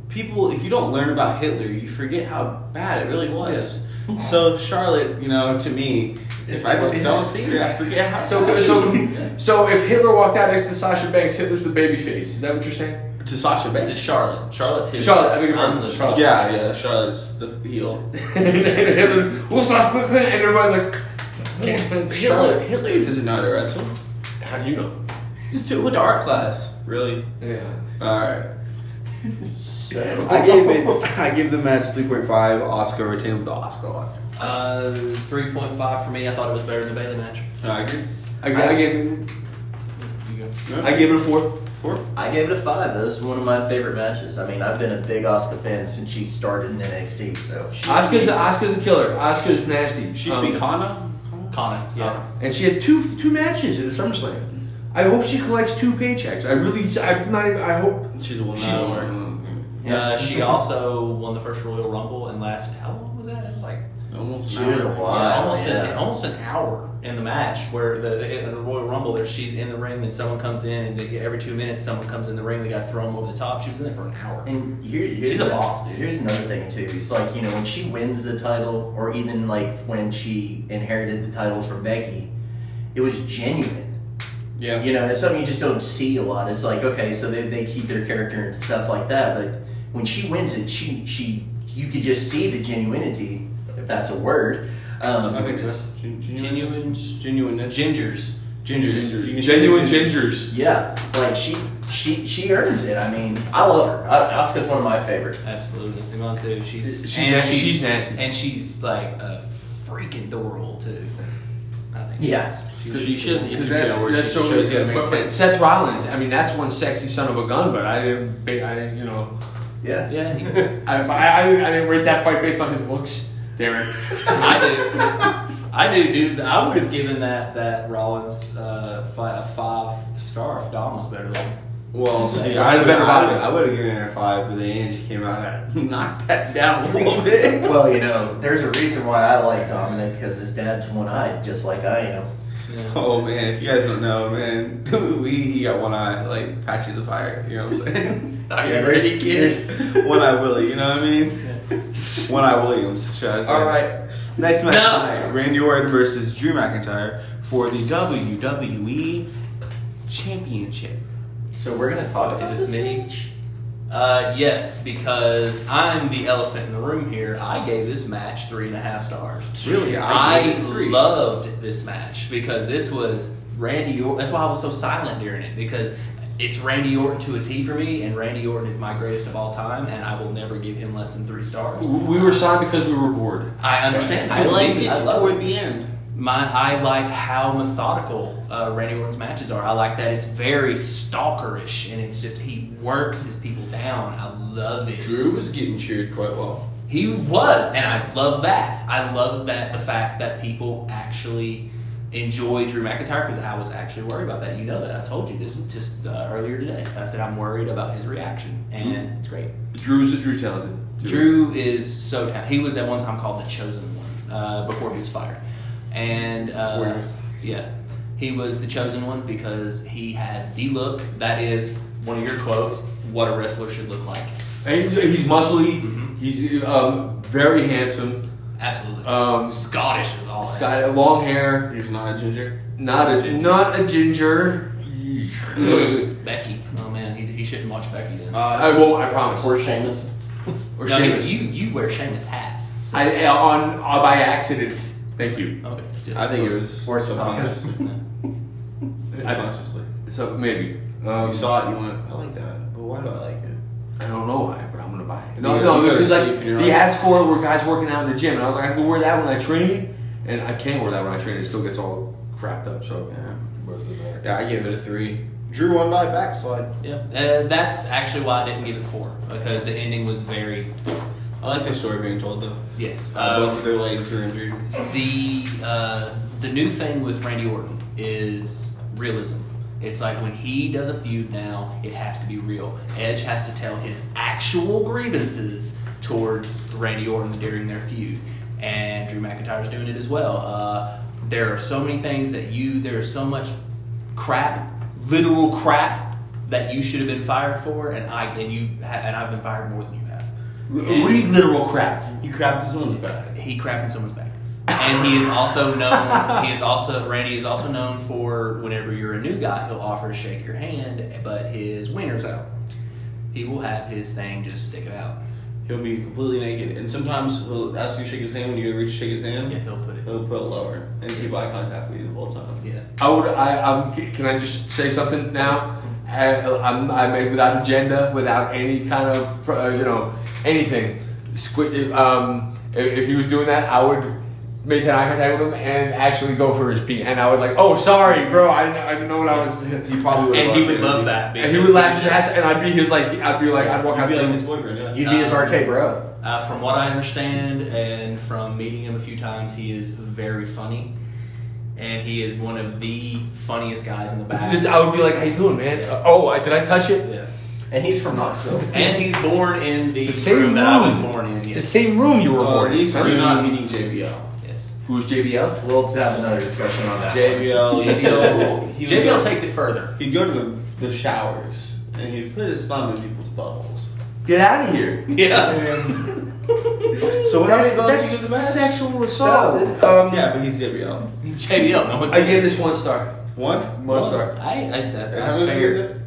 [SPEAKER 1] people if you don't learn about Hitler, you forget how bad it really was. So Charlotte, you know, to me, if I just don't see her, I forget how.
[SPEAKER 5] So, so, so if Hitler walked out next to Sasha Banks, Hitler's the baby face. Is that what you're saying?
[SPEAKER 1] to Sasha Banks,
[SPEAKER 3] It's Charlotte. Charlotte's his.
[SPEAKER 5] Charlotte, I beg your
[SPEAKER 3] I'm
[SPEAKER 5] pardon.
[SPEAKER 3] the
[SPEAKER 5] Charlotte.
[SPEAKER 1] Yeah, yeah, Charlottete's the heel.
[SPEAKER 5] and then Hitler, "What's up?" and everybody's like,
[SPEAKER 1] Hitler,
[SPEAKER 5] Charlotte.
[SPEAKER 1] Hitler doesn't know how to wrestle.
[SPEAKER 5] How do you know?
[SPEAKER 1] He went to art class, really.
[SPEAKER 5] Yeah.
[SPEAKER 1] All right.
[SPEAKER 4] so.
[SPEAKER 1] I gave it. I gave the match three point five. Oscar retained with the Oscar one.
[SPEAKER 3] Uh, three point five for me. I thought it was better than the Bailey match.
[SPEAKER 1] I agree.
[SPEAKER 5] I, g- I gave it.
[SPEAKER 3] You go.
[SPEAKER 5] I gave it a four.
[SPEAKER 1] four.
[SPEAKER 4] I gave it a five. This was one of my favorite matches. I mean, I've been a big Oscar fan since she started in NXT. So
[SPEAKER 5] Oscar's a, Asuka's a killer. Oscar's nasty.
[SPEAKER 1] She
[SPEAKER 5] Um,
[SPEAKER 1] speak Kana.
[SPEAKER 3] Connor. Yeah.
[SPEAKER 5] and she had two two matches at SummerSlam. I hope she collects two paychecks. I really. I'm not. even- I hope.
[SPEAKER 1] She's a woman.
[SPEAKER 5] She-
[SPEAKER 1] I don't know.
[SPEAKER 3] Uh, she also won the first Royal Rumble and lasted how long was that? It was like
[SPEAKER 1] Almost
[SPEAKER 4] She
[SPEAKER 1] an
[SPEAKER 4] was a
[SPEAKER 1] hour.
[SPEAKER 4] wild-
[SPEAKER 3] Yeah,
[SPEAKER 4] Wow,
[SPEAKER 3] almost an
[SPEAKER 4] yeah.
[SPEAKER 3] almost an hour in the match where the, the, the Royal Rumble there she's in the ring then someone comes in and they- every two minutes someone comes in the ring they got thrown over the top she was in there for an hour
[SPEAKER 4] And here, here's
[SPEAKER 3] She's a boss, dude.
[SPEAKER 4] Here's another thing too. It's like you know when she wins the title, or even like when she inherited the title from Becky, it was genuine.
[SPEAKER 1] Yeah.
[SPEAKER 4] You know, that's something you just don't see a lot. It's like okay, so they, they keep their character and stuff like that, but when she wins it, she she you could just see the genuinity, if that's a word. Um,
[SPEAKER 1] I think so. Gen-
[SPEAKER 3] Genuine-
[SPEAKER 1] Genuineness.
[SPEAKER 3] gingers
[SPEAKER 1] Gingers. You can see
[SPEAKER 5] Genuine
[SPEAKER 1] the ginger-
[SPEAKER 5] gingers.
[SPEAKER 4] Yeah, like she she she earns it. I mean, I love her. I, Asuka's one of my favorite.
[SPEAKER 3] absolutely and on to she's
[SPEAKER 5] She's
[SPEAKER 3] and
[SPEAKER 5] nasty. She's nasty.
[SPEAKER 3] and she's like a freaking adorable too I think
[SPEAKER 4] Yeah.
[SPEAKER 1] She- She shows the
[SPEAKER 5] Because
[SPEAKER 1] YouTube
[SPEAKER 5] that's,
[SPEAKER 1] channel where
[SPEAKER 5] that's
[SPEAKER 1] she
[SPEAKER 5] so
[SPEAKER 1] shows you how to
[SPEAKER 5] but,
[SPEAKER 1] make
[SPEAKER 5] but
[SPEAKER 1] tents.
[SPEAKER 5] Seth Rollins, I mean, that's one sexy son of a gun, but I didn't, ba- I didn't you know,
[SPEAKER 4] Yeah.
[SPEAKER 3] yeah he's,
[SPEAKER 5] I, I, I didn't- I didn't rate that fight based on his looks, Darren.
[SPEAKER 3] I do I do dude I would have given that that Rollins uh, five, a five star if Dom was better than him.
[SPEAKER 1] Well, see,
[SPEAKER 5] I'd
[SPEAKER 1] I
[SPEAKER 5] have
[SPEAKER 1] would
[SPEAKER 5] been about it.
[SPEAKER 1] I would have given her a five, but then Angie came out and knocked that down a little bit.
[SPEAKER 4] Well, you know, there's a reason why I like Dominic because his dad's one-eyed, just like I am.
[SPEAKER 3] Yeah.
[SPEAKER 1] Oh man, if you guys don't know, man, we he got one eye like patches of fire. You know what I'm saying?
[SPEAKER 4] Where's he kids?
[SPEAKER 1] one eye Willie. You know what I mean? One eye Williams. Should I say?
[SPEAKER 3] all right
[SPEAKER 1] Next match
[SPEAKER 3] No.
[SPEAKER 1] tonight, Randy Orton versus Drew McIntyre for the WWE Championship.
[SPEAKER 4] So we're gonna talk about
[SPEAKER 3] Is this mini? Uh, yes, because I'm the elephant in the room here. I gave this match three and a half stars.
[SPEAKER 1] Really, I,
[SPEAKER 3] I
[SPEAKER 1] gave it three.
[SPEAKER 3] loved this match because this was Randy Orton. That's why I was so silent during it because it's Randy Orton to a T for me, and Randy Orton is my greatest of all time, and I will never give him less than three stars.
[SPEAKER 5] We were signed because we were bored.
[SPEAKER 3] I understand.
[SPEAKER 1] I liked it
[SPEAKER 3] love
[SPEAKER 1] toward the end.
[SPEAKER 3] my I like how methodical uh, Randy Orton's matches are. I like that it's very stalkerish and it's just he works his people down. I love it.
[SPEAKER 1] Drew was getting cheered quite well.
[SPEAKER 3] He was, and I love that. I love that the fact that people actually enjoy Drew McIntyre because I was actually worried about that. You know that I told you this just uh, earlier today. I said I'm worried about his reaction, and it's great.
[SPEAKER 5] Drew's a Drew talented.
[SPEAKER 3] Drew is so talented. He was at one time called the chosen one uh, before he was fired, and
[SPEAKER 2] Four
[SPEAKER 3] uh,
[SPEAKER 2] years.
[SPEAKER 3] yeah, he was the chosen one because he has the look. That is one of your quotes. What a wrestler should look like.
[SPEAKER 5] And he's muscly.
[SPEAKER 3] Mhm.
[SPEAKER 5] He's um, very handsome.
[SPEAKER 3] Absolutely.
[SPEAKER 5] Um,
[SPEAKER 3] Scottish is all.
[SPEAKER 5] he's
[SPEAKER 3] that.
[SPEAKER 5] got long hair.
[SPEAKER 1] He's not a ginger.
[SPEAKER 5] Not a not a ginger.
[SPEAKER 3] Becky. Oh man, he, he shouldn't watch Becky then.
[SPEAKER 5] I
[SPEAKER 1] Uh,
[SPEAKER 5] won't. I promise.
[SPEAKER 4] Or Seamus.
[SPEAKER 5] Or
[SPEAKER 3] no,
[SPEAKER 5] Seamus.
[SPEAKER 3] you you wear Seamus hats. So.
[SPEAKER 5] I, I- on uh, by accident. Thank you.
[SPEAKER 3] okay, still.
[SPEAKER 1] I think it was
[SPEAKER 4] Or
[SPEAKER 1] subconsciously. subconsciously.
[SPEAKER 5] So maybe.
[SPEAKER 1] you saw it, you went, I like that, but why do I like it?
[SPEAKER 5] I don't know why, but I'm gonna buy it.
[SPEAKER 1] You
[SPEAKER 5] No,
[SPEAKER 1] gotta-
[SPEAKER 5] no,
[SPEAKER 1] you gotta
[SPEAKER 5] because
[SPEAKER 1] sleep
[SPEAKER 5] like
[SPEAKER 1] and you're
[SPEAKER 5] the
[SPEAKER 1] like-
[SPEAKER 5] ads for it were guys working out in the gym, and I was like, I can wear that when I train, and I can't wear that when I train. It still gets all crapped up. So
[SPEAKER 1] Yeah.
[SPEAKER 5] where's the bear?
[SPEAKER 1] Yeah, I give it a three. Drew one by backslide.
[SPEAKER 3] Yeah, uh, that's actually why I didn't give it four because the ending was very
[SPEAKER 1] I like the story being told though.
[SPEAKER 3] yes.
[SPEAKER 1] Uh,
[SPEAKER 3] Uh,
[SPEAKER 1] both of their legs are injured.
[SPEAKER 3] the uh, the new thing with Randy Orton is realism. It's like when he does a feud now, it has to be real. Edge has to tell his actual grievances towards Randy Orton during their feud, and Drew McIntyre's doing it as well. Uh, there are so many things that you there is so much crap, literal crap that you should have been fired for, and I and you ha- and I've been fired more than you have. And-
[SPEAKER 5] Read literal crap.
[SPEAKER 1] You crapped his own back.
[SPEAKER 3] he crapped in someone's back. And he is also known. He is also Randy is also known for whenever you're a new guy, he'll offer to shake your hand, but his winner's out. He will have his thing just stick it out.
[SPEAKER 1] He'll be completely naked, and sometimes he'll ask you to shake his hand when you reach to shake his hand.
[SPEAKER 3] Yeah, he'll put it.
[SPEAKER 1] He'll put it lower and keep eye contact with you the whole time.
[SPEAKER 3] Yeah,
[SPEAKER 5] I would. I. I'm, can I just say something now? I, I'm, I made without agenda, without any kind of uh, you know anything. Squid. Um, if, if he was doing that, I would make an eye contact with him and actually go for his pee. And I would like, oh, sorry, bro. I didn't, I didn't know what I was.
[SPEAKER 1] He probably would.
[SPEAKER 3] and
[SPEAKER 1] love
[SPEAKER 3] he would
[SPEAKER 1] it.
[SPEAKER 3] love that.
[SPEAKER 5] And he would laugh his ass, and I'd be his like. I'd be like, I'd walk
[SPEAKER 1] You'd
[SPEAKER 5] out.
[SPEAKER 1] be like
[SPEAKER 5] there.
[SPEAKER 1] his boyfriend. Yeah.
[SPEAKER 4] You'd be his
[SPEAKER 3] Um,
[SPEAKER 4] RK bro.
[SPEAKER 3] Uh, from what I understand, and from meeting him a few times, he is very funny, and he is one of the funniest guys in the back.
[SPEAKER 5] This- I would be like, how you doing, man? Uh, Oh, I, did I touch it?
[SPEAKER 3] Yeah.
[SPEAKER 4] And he's from Knoxville.
[SPEAKER 3] And he's born in the,
[SPEAKER 5] The same
[SPEAKER 3] room that I was
[SPEAKER 5] room.
[SPEAKER 3] born in.
[SPEAKER 5] The
[SPEAKER 3] Yes.
[SPEAKER 5] same room you were
[SPEAKER 1] Well,
[SPEAKER 5] born
[SPEAKER 1] at least
[SPEAKER 5] in.
[SPEAKER 1] you're Uh, not meeting JBL.
[SPEAKER 3] yes.
[SPEAKER 5] Who's JBL?
[SPEAKER 4] We'll have another discussion on that.
[SPEAKER 1] JBL.
[SPEAKER 3] JBL,
[SPEAKER 1] he'd
[SPEAKER 3] JBL
[SPEAKER 1] go-
[SPEAKER 3] takes it further.
[SPEAKER 1] He'd go to the, the showers and he'd put his thumb in people's buttholes.
[SPEAKER 5] Get out of here.
[SPEAKER 3] Yeah.
[SPEAKER 1] So what
[SPEAKER 5] That's,
[SPEAKER 1] happens
[SPEAKER 5] that's
[SPEAKER 1] to the match?
[SPEAKER 5] sexual assault.
[SPEAKER 4] Assaulted.
[SPEAKER 5] Um,
[SPEAKER 1] Yeah, but he's JBL.
[SPEAKER 3] He's JBL. No one's
[SPEAKER 5] I gave this one star.
[SPEAKER 1] One.
[SPEAKER 5] One star.
[SPEAKER 3] I, I that,
[SPEAKER 1] And how
[SPEAKER 3] that's
[SPEAKER 1] many did you
[SPEAKER 3] fair.
[SPEAKER 1] get?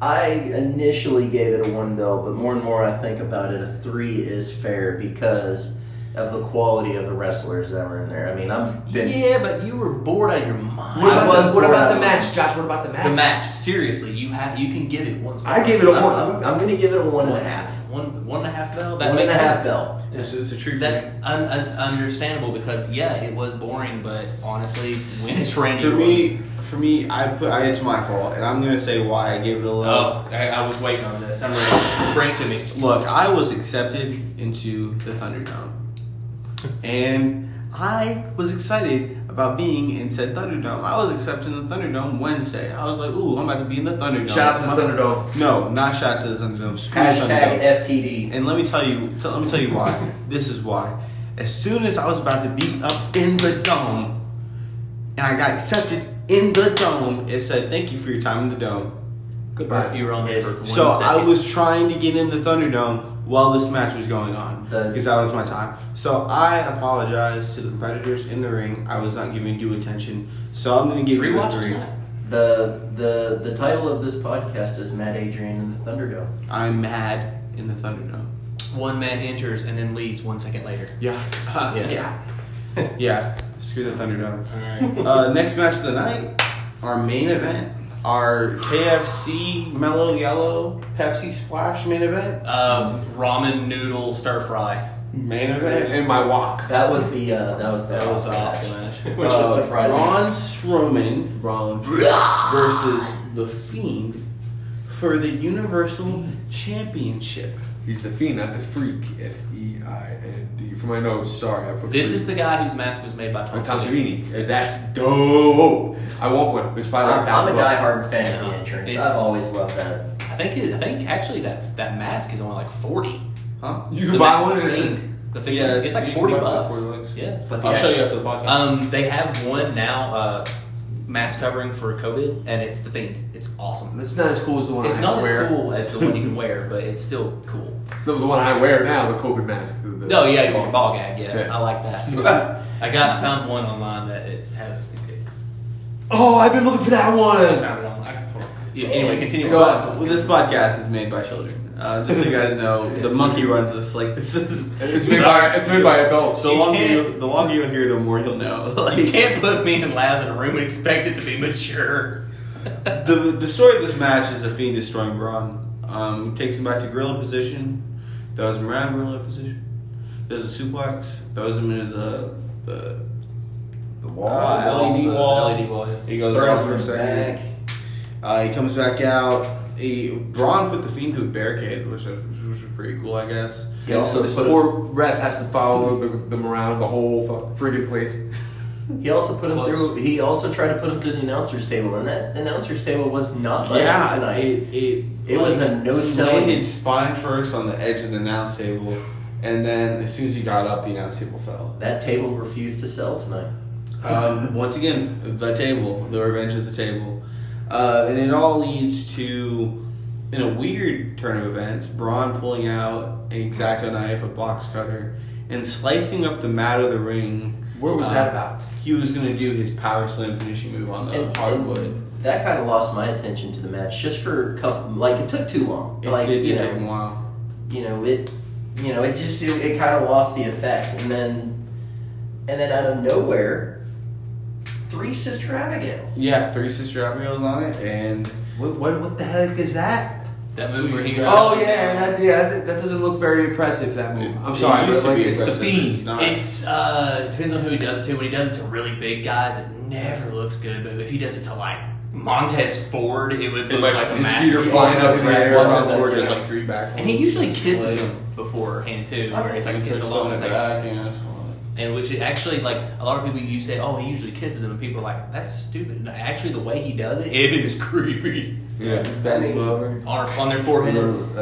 [SPEAKER 4] I initially gave it a one bill, but more and more I think about it, a three is fair because of the quality of the wrestlers that were in there. I mean, I've been.
[SPEAKER 3] Yeah, but you were bored out of your mind.
[SPEAKER 5] What
[SPEAKER 4] I
[SPEAKER 5] about,
[SPEAKER 4] was
[SPEAKER 5] the, what about
[SPEAKER 4] bored.
[SPEAKER 5] the match, Josh? What about the match?
[SPEAKER 3] the match. Seriously, you have you can give it one. Star.
[SPEAKER 5] I gave it a
[SPEAKER 4] I'm,
[SPEAKER 5] one.
[SPEAKER 4] I'm, I'm going to give it a one and a half.
[SPEAKER 3] One one and a half bell. That
[SPEAKER 4] One and
[SPEAKER 3] makes
[SPEAKER 4] a half
[SPEAKER 3] sense.
[SPEAKER 4] bill.
[SPEAKER 1] It's, it's a true.
[SPEAKER 3] That's un, that's understandable because yeah, it was boring, but honestly, when it's Randy
[SPEAKER 1] for
[SPEAKER 3] Orton-
[SPEAKER 1] me. For me, I put. I, it's my fault, and I'm gonna say why I gave it a low.
[SPEAKER 3] Oh, I, I was waiting on this. I'm ready. Bring it to me.
[SPEAKER 1] Look, I was accepted into the Thunderdome, and I was excited about being in said Thunderdome. I was accepted in the Thunderdome Wednesday. I was like, "Ooh, I'm about to be in the Thunderdome."
[SPEAKER 5] Shout out to the Thunderdome.
[SPEAKER 1] No, not shout out to the Thunderdome. Screw the Thunderdome.
[SPEAKER 4] Hashtag FTD.
[SPEAKER 1] And let me tell you, t- let me tell you why. This is why. As soon as I was about to be up in the dome, and I got accepted in the dome, it said, "Thank you for your time in the dome."
[SPEAKER 5] Goodbye.
[SPEAKER 3] You were on there for one
[SPEAKER 1] so I
[SPEAKER 3] second.
[SPEAKER 1] was trying to get in the Thunderdome while this match was going on
[SPEAKER 4] The-
[SPEAKER 1] because that was my time. So I apologize to the competitors in the ring. I was not giving due attention. So I'm gonna give you a
[SPEAKER 3] rewatch
[SPEAKER 1] three.
[SPEAKER 3] tonight.
[SPEAKER 4] The, the, the title of this podcast is Matt Adrian and the Thunderdome.
[SPEAKER 1] I'm mad in the Thunderdome.
[SPEAKER 3] One man enters and then leaves one second later.
[SPEAKER 1] Yeah.
[SPEAKER 3] Yeah.
[SPEAKER 1] yeah. yeah. Screw the Thunderdome.
[SPEAKER 3] All right.
[SPEAKER 1] Uh, next match of the night, our main event, our KFC Mellow Yellow Pepsi Splash main event.
[SPEAKER 3] Um, ramen noodle stir fry.
[SPEAKER 1] Main event.
[SPEAKER 5] In my walk.
[SPEAKER 4] That was the uh, that was the
[SPEAKER 3] That was an awesome match.
[SPEAKER 4] which was surprising.
[SPEAKER 1] Uh, Braun Strowman Braun versus The Fiend for the Universal Championship.
[SPEAKER 5] He's the fiend, not the freak. F E I N D. For my notes, sorry, I put.
[SPEAKER 3] This
[SPEAKER 5] freak.
[SPEAKER 3] is the guy whose mask was made by Tom.
[SPEAKER 5] Or Tom
[SPEAKER 3] Savini.
[SPEAKER 5] Savini. Uh, That's dope. I want one. It's probably like
[SPEAKER 4] I'm, I'm a
[SPEAKER 5] $1,000.
[SPEAKER 4] diehard fan of the entrance.
[SPEAKER 3] It's-
[SPEAKER 4] I've always loved that.
[SPEAKER 3] I think it, I think actually that that mask is only like forty.
[SPEAKER 1] Huh?
[SPEAKER 5] You
[SPEAKER 3] The
[SPEAKER 5] can buy
[SPEAKER 3] ma-
[SPEAKER 5] one.
[SPEAKER 3] the
[SPEAKER 5] and it's a-
[SPEAKER 3] fiend. The figure,
[SPEAKER 1] Yeah,
[SPEAKER 3] it's,
[SPEAKER 1] it's-
[SPEAKER 3] like
[SPEAKER 1] you can
[SPEAKER 3] forty
[SPEAKER 1] buy it for
[SPEAKER 3] bucks.
[SPEAKER 1] 40 bucks.
[SPEAKER 3] Yeah,
[SPEAKER 4] But the
[SPEAKER 1] I'll show
[SPEAKER 4] actual-
[SPEAKER 1] you after the podcast.
[SPEAKER 3] um, they have one now uh, mask covering for COVID, and it's the thing. It's awesome.
[SPEAKER 5] That's not as cool as the one
[SPEAKER 3] It's
[SPEAKER 5] I
[SPEAKER 3] not
[SPEAKER 5] wear.
[SPEAKER 3] as cool as the one you can wear, but it's still cool.
[SPEAKER 5] No, the one I wear now, the COVID mask. The, the-
[SPEAKER 3] No, yeah, your ball gag. Yeah,
[SPEAKER 5] Yeah.
[SPEAKER 3] I like that. I got I found one online that it has.
[SPEAKER 5] Oh, I've been looking for that
[SPEAKER 3] I
[SPEAKER 5] one.
[SPEAKER 3] found it online. Yeah, Anyway, continue.
[SPEAKER 5] Go on.
[SPEAKER 1] Well, this podcast is made by children. Uh, just so you guys know, the monkey runs us. Like this is.
[SPEAKER 5] It's made by it's made by adults.
[SPEAKER 1] The
[SPEAKER 3] You
[SPEAKER 1] longer
[SPEAKER 3] can't-
[SPEAKER 1] you, the longer you hear, the more you'll know.
[SPEAKER 3] You
[SPEAKER 1] Like
[SPEAKER 3] can't put me and Laz in a room and expect it to be mature.
[SPEAKER 1] the the story of this match is the Fiend destroying Braun. Um, takes him back to gorilla position. Throws him around gorilla position. Does a suplex. Throws him into the the
[SPEAKER 4] the wall.
[SPEAKER 1] uh,
[SPEAKER 4] E
[SPEAKER 1] LED wall.
[SPEAKER 3] LED E wall. yeah.
[SPEAKER 1] He goes
[SPEAKER 4] Throws
[SPEAKER 1] out for a
[SPEAKER 4] him
[SPEAKER 1] second.
[SPEAKER 4] back.
[SPEAKER 1] Uh, he comes back out. He Braun put the Fiend through a barricade, which was, which was pretty cool, I guess.
[SPEAKER 4] He also
[SPEAKER 5] this
[SPEAKER 4] put
[SPEAKER 5] poor ref has to follow the, them around the whole fu- friggin' place.
[SPEAKER 4] He also put him
[SPEAKER 3] Close.
[SPEAKER 4] through. He also tried to put him through the announcers table, and that announcers table was not much tonight.
[SPEAKER 1] It it,
[SPEAKER 4] It was a no
[SPEAKER 1] he
[SPEAKER 4] selling.
[SPEAKER 1] landed spine first on the edge of the announce table, and then as soon as he got up, the announce table fell.
[SPEAKER 4] that table refused to sell tonight.
[SPEAKER 1] Um, once again, the table, the revenge of the table, uh, and it all leads to, in a weird turn of events, Braun pulling out an exacto knife, a box cutter, and slicing up the mat of the ring.
[SPEAKER 5] Where was
[SPEAKER 1] Uh,
[SPEAKER 5] that about?
[SPEAKER 1] He was going to do his power slam finishing move on the
[SPEAKER 4] And-
[SPEAKER 1] Uh, hardwood.
[SPEAKER 4] That kind of lost my attention to the match, just for a couple. Like it took too long.
[SPEAKER 1] It
[SPEAKER 4] like
[SPEAKER 1] did
[SPEAKER 4] you
[SPEAKER 1] it
[SPEAKER 4] know,
[SPEAKER 1] took him a while.
[SPEAKER 4] you know it. You know it just it, it kind of lost the effect, and then and then out of nowhere, three sister Abigail's.
[SPEAKER 1] Yeah, three sister Abigail's on it, and
[SPEAKER 5] What, what what the heck is that?
[SPEAKER 3] That movie where he goes.
[SPEAKER 5] Oh yeah, that, yeah, that, that doesn't look very impressive. That move. I'm
[SPEAKER 1] It
[SPEAKER 5] sorry,
[SPEAKER 1] used
[SPEAKER 5] but
[SPEAKER 1] to
[SPEAKER 5] like
[SPEAKER 1] be
[SPEAKER 5] it's the
[SPEAKER 1] aggressive, but it's
[SPEAKER 5] fiend.
[SPEAKER 1] not.
[SPEAKER 3] It's uh depends on who he does it to. When he does it to really big guys, it never looks good. But if he does it to like Montez Ford, it would look
[SPEAKER 5] And my
[SPEAKER 3] like a
[SPEAKER 5] his
[SPEAKER 3] master-
[SPEAKER 5] feet are flying up in the air.
[SPEAKER 4] Yeah.
[SPEAKER 5] Montez Ford does, like three back.
[SPEAKER 3] And he usually kisses him beforehand too, where it's like it's a long it's like,
[SPEAKER 1] back and it's fine.
[SPEAKER 3] and which it actually like a lot of people you say, oh, he usually kisses him, and people are like, that's stupid. And actually, the way he does it, it is creepy
[SPEAKER 1] Yeah,
[SPEAKER 4] bends him
[SPEAKER 1] over.
[SPEAKER 3] on on their foreheads.
[SPEAKER 5] Uh,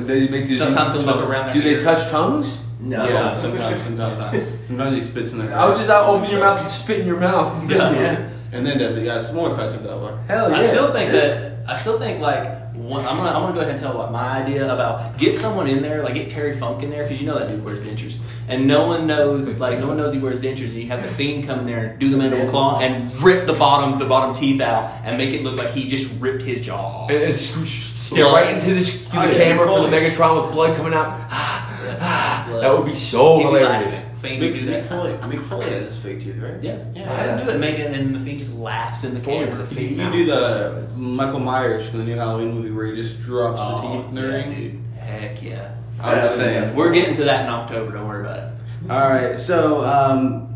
[SPEAKER 5] uh, they make these-
[SPEAKER 3] Sometimes they'll look around their
[SPEAKER 5] Do they
[SPEAKER 3] ear.
[SPEAKER 5] touch tongues?
[SPEAKER 4] No,
[SPEAKER 1] Yeah,
[SPEAKER 3] Sometimes,
[SPEAKER 1] sometimes, sometimes.
[SPEAKER 3] sometimes.
[SPEAKER 1] Sometimes he spits in the
[SPEAKER 5] I would just not open your mouth and spit in your mouth.
[SPEAKER 3] Yeah.
[SPEAKER 4] Yeah.
[SPEAKER 1] And then does it. Yeah, it's more effective that way.
[SPEAKER 5] Hell Oh, yeah.
[SPEAKER 3] I still think
[SPEAKER 4] This-
[SPEAKER 3] that I still think like one, I'm gonna I'm gonna go ahead and tell what my idea about get someone in there like get Terry Funk in there because you know that dude wears dentures and no one knows like no one knows he wears dentures and you have the fiend come in there and do the mandible claw and rip the bottom the bottom teeth out and make it look like he just ripped his jaw off.
[SPEAKER 5] and, and scooch stare right into this to
[SPEAKER 1] Oh,
[SPEAKER 5] the
[SPEAKER 1] yeah,
[SPEAKER 5] camera for the
[SPEAKER 1] fully.
[SPEAKER 5] Megatron with blood coming out. That would be so
[SPEAKER 3] He'd be
[SPEAKER 5] hilarious.
[SPEAKER 3] laughing. Fiend would
[SPEAKER 1] Mick,
[SPEAKER 3] do
[SPEAKER 1] Mick
[SPEAKER 3] that.
[SPEAKER 1] Foley, Mick Foley has his fake tooth, right?
[SPEAKER 3] Yeah,
[SPEAKER 1] Yeah.
[SPEAKER 3] yeah. I didn't do it. Make it, and the fiend just laughs in the
[SPEAKER 5] Foley
[SPEAKER 3] camera.
[SPEAKER 5] has a
[SPEAKER 3] It's a
[SPEAKER 1] You
[SPEAKER 3] fiend
[SPEAKER 1] can
[SPEAKER 3] mouth.
[SPEAKER 1] do the Michael Myers from the new Halloween movie where he just drops the
[SPEAKER 3] Oh,
[SPEAKER 1] teeth in the
[SPEAKER 3] yeah,
[SPEAKER 1] ring.
[SPEAKER 3] dude. Heck yeah.
[SPEAKER 1] I'm just saying.
[SPEAKER 3] We're getting to that in October. Don't worry about it.
[SPEAKER 1] All right, so um,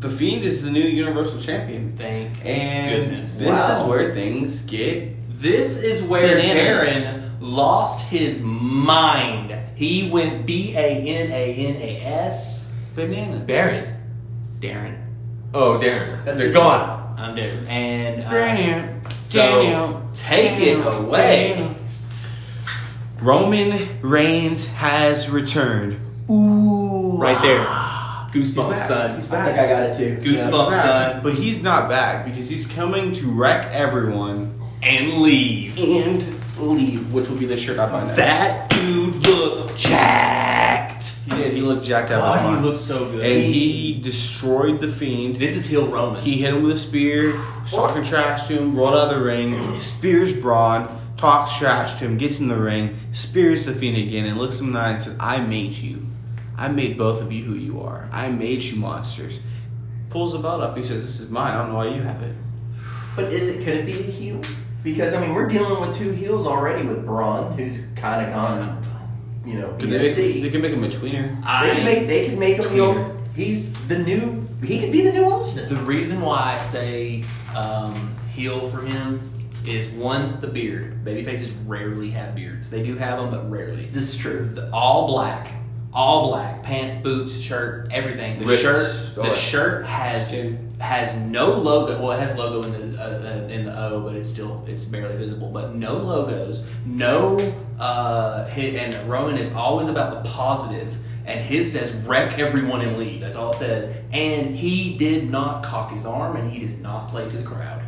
[SPEAKER 1] the Fiend is the new Universal Champion,
[SPEAKER 3] Thank
[SPEAKER 1] and
[SPEAKER 3] goodness.
[SPEAKER 1] this
[SPEAKER 4] Wow.
[SPEAKER 1] is where things get.
[SPEAKER 3] This is where
[SPEAKER 1] Bananas.
[SPEAKER 3] Darren lost his mind. He went B A N A N A S.
[SPEAKER 1] Banana.
[SPEAKER 5] Baron.
[SPEAKER 3] Darren.
[SPEAKER 5] Oh, Darren.
[SPEAKER 4] That's
[SPEAKER 5] They're
[SPEAKER 4] his-
[SPEAKER 5] gone.
[SPEAKER 3] I'm Darren. And uh,
[SPEAKER 1] Banana.
[SPEAKER 3] so take it away.
[SPEAKER 1] Roman Reigns has returned. Ooh.
[SPEAKER 3] Right there.
[SPEAKER 1] He's
[SPEAKER 3] Goosebumps,
[SPEAKER 1] back.
[SPEAKER 3] son.
[SPEAKER 1] He's
[SPEAKER 4] I think
[SPEAKER 1] back.
[SPEAKER 4] I got it too.
[SPEAKER 3] Goosebumps,
[SPEAKER 1] Back.
[SPEAKER 3] son.
[SPEAKER 1] But he's not back because he's coming to wreck everyone
[SPEAKER 3] And leave.
[SPEAKER 1] and leave, which will be the shirt I buy next.
[SPEAKER 3] That dude looked jacked.
[SPEAKER 1] he did. He looked jacked out of his
[SPEAKER 3] God,
[SPEAKER 1] mind.
[SPEAKER 3] he looked so good.
[SPEAKER 1] and he destroyed the fiend.
[SPEAKER 3] this is Hill Roman.
[SPEAKER 1] He hit him with a spear, talking trash to him, rolled out of the ring, spears Braun, talks trash to him, gets in the ring, spears the Fiend again, and looks him in the eye and says, I made you. I made both of you who you are. I made you monsters. Pulls the belt up. He says, This is mine. I don't know why you have it.
[SPEAKER 4] But is it? Could it be a heel? Because I mean, we're dealing with two heels already with Braun, who's kind of gone, you know,
[SPEAKER 1] Could they, make,
[SPEAKER 4] BSC.
[SPEAKER 1] they
[SPEAKER 4] They,
[SPEAKER 1] could make him a tweener.
[SPEAKER 4] can
[SPEAKER 3] I,
[SPEAKER 4] make. They can make him the
[SPEAKER 1] Tweeter.
[SPEAKER 4] old. He's the new. He could be the new Austin.
[SPEAKER 3] the reason why I say um, heel for him is one, the beard. Babyfaces rarely have beards. They do have them, but rarely.
[SPEAKER 4] This is true.
[SPEAKER 3] the all black, all black pants, boots, shirt, everything. The
[SPEAKER 5] Wrists.
[SPEAKER 3] shirt,
[SPEAKER 5] All
[SPEAKER 3] the
[SPEAKER 5] that.
[SPEAKER 3] shirt has
[SPEAKER 1] Skin.
[SPEAKER 3] has no logo. Well, it has logo in the uh, uh, in the O, but it's still it's barely visible. But no logos, no. Uh, hit, and Roman is always about the positive. and his says wreck everyone and leave. That's all it says. And he did not cock his arm, and he does not play to the crowd.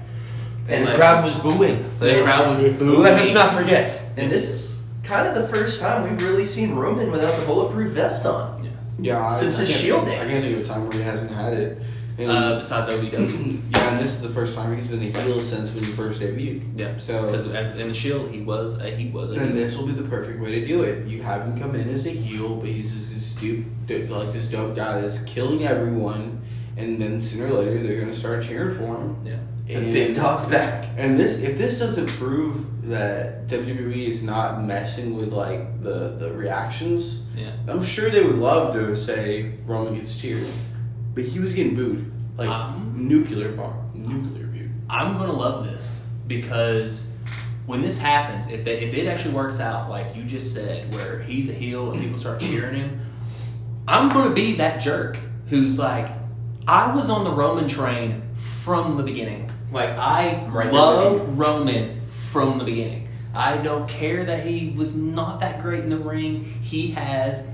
[SPEAKER 4] And
[SPEAKER 3] Like,
[SPEAKER 4] the crowd was booing.
[SPEAKER 3] The crowd was booing.
[SPEAKER 5] Let us not forget.
[SPEAKER 4] And this is kind of the first time we've really seen Roman without the bulletproof vest on.
[SPEAKER 1] Yeah, I-
[SPEAKER 4] Since
[SPEAKER 1] I
[SPEAKER 4] his
[SPEAKER 1] can't-
[SPEAKER 4] shield
[SPEAKER 1] I
[SPEAKER 4] days.
[SPEAKER 1] can't think of a time where he hasn't had it. And,
[SPEAKER 3] Uh, besides OVW,
[SPEAKER 1] yeah, and this is the first time he's been a heel since when he first debuted.
[SPEAKER 3] yeah.
[SPEAKER 1] So-
[SPEAKER 3] because as in the Shield, he was a, he was a
[SPEAKER 1] Then this will be the perfect way to do it. You have him come in as a heel, but he's just this dupe, dupe- like this dope guy that's killing everyone, and then sooner or later they're gonna start cheering for him.
[SPEAKER 3] yeah.
[SPEAKER 4] The
[SPEAKER 1] And-
[SPEAKER 4] big dog's back.
[SPEAKER 1] And this, if this doesn't prove that WWE is not messing with like the the reactions,
[SPEAKER 3] Yeah.
[SPEAKER 1] I'm sure they would love to say Roman gets cheered, but he was getting booed like
[SPEAKER 4] Uh-huh.
[SPEAKER 3] Um.
[SPEAKER 1] nuclear bomb, nuclear booed.
[SPEAKER 3] I'm gonna love this because when this happens, if they, if it actually works out like you just said, where he's a heel and people start cheering him, I'm gonna be that jerk who's like, I was on the Roman train from the beginning. Like I
[SPEAKER 4] Right there with
[SPEAKER 3] love Roman from the beginning. I don't care that he was not that great in the ring. He has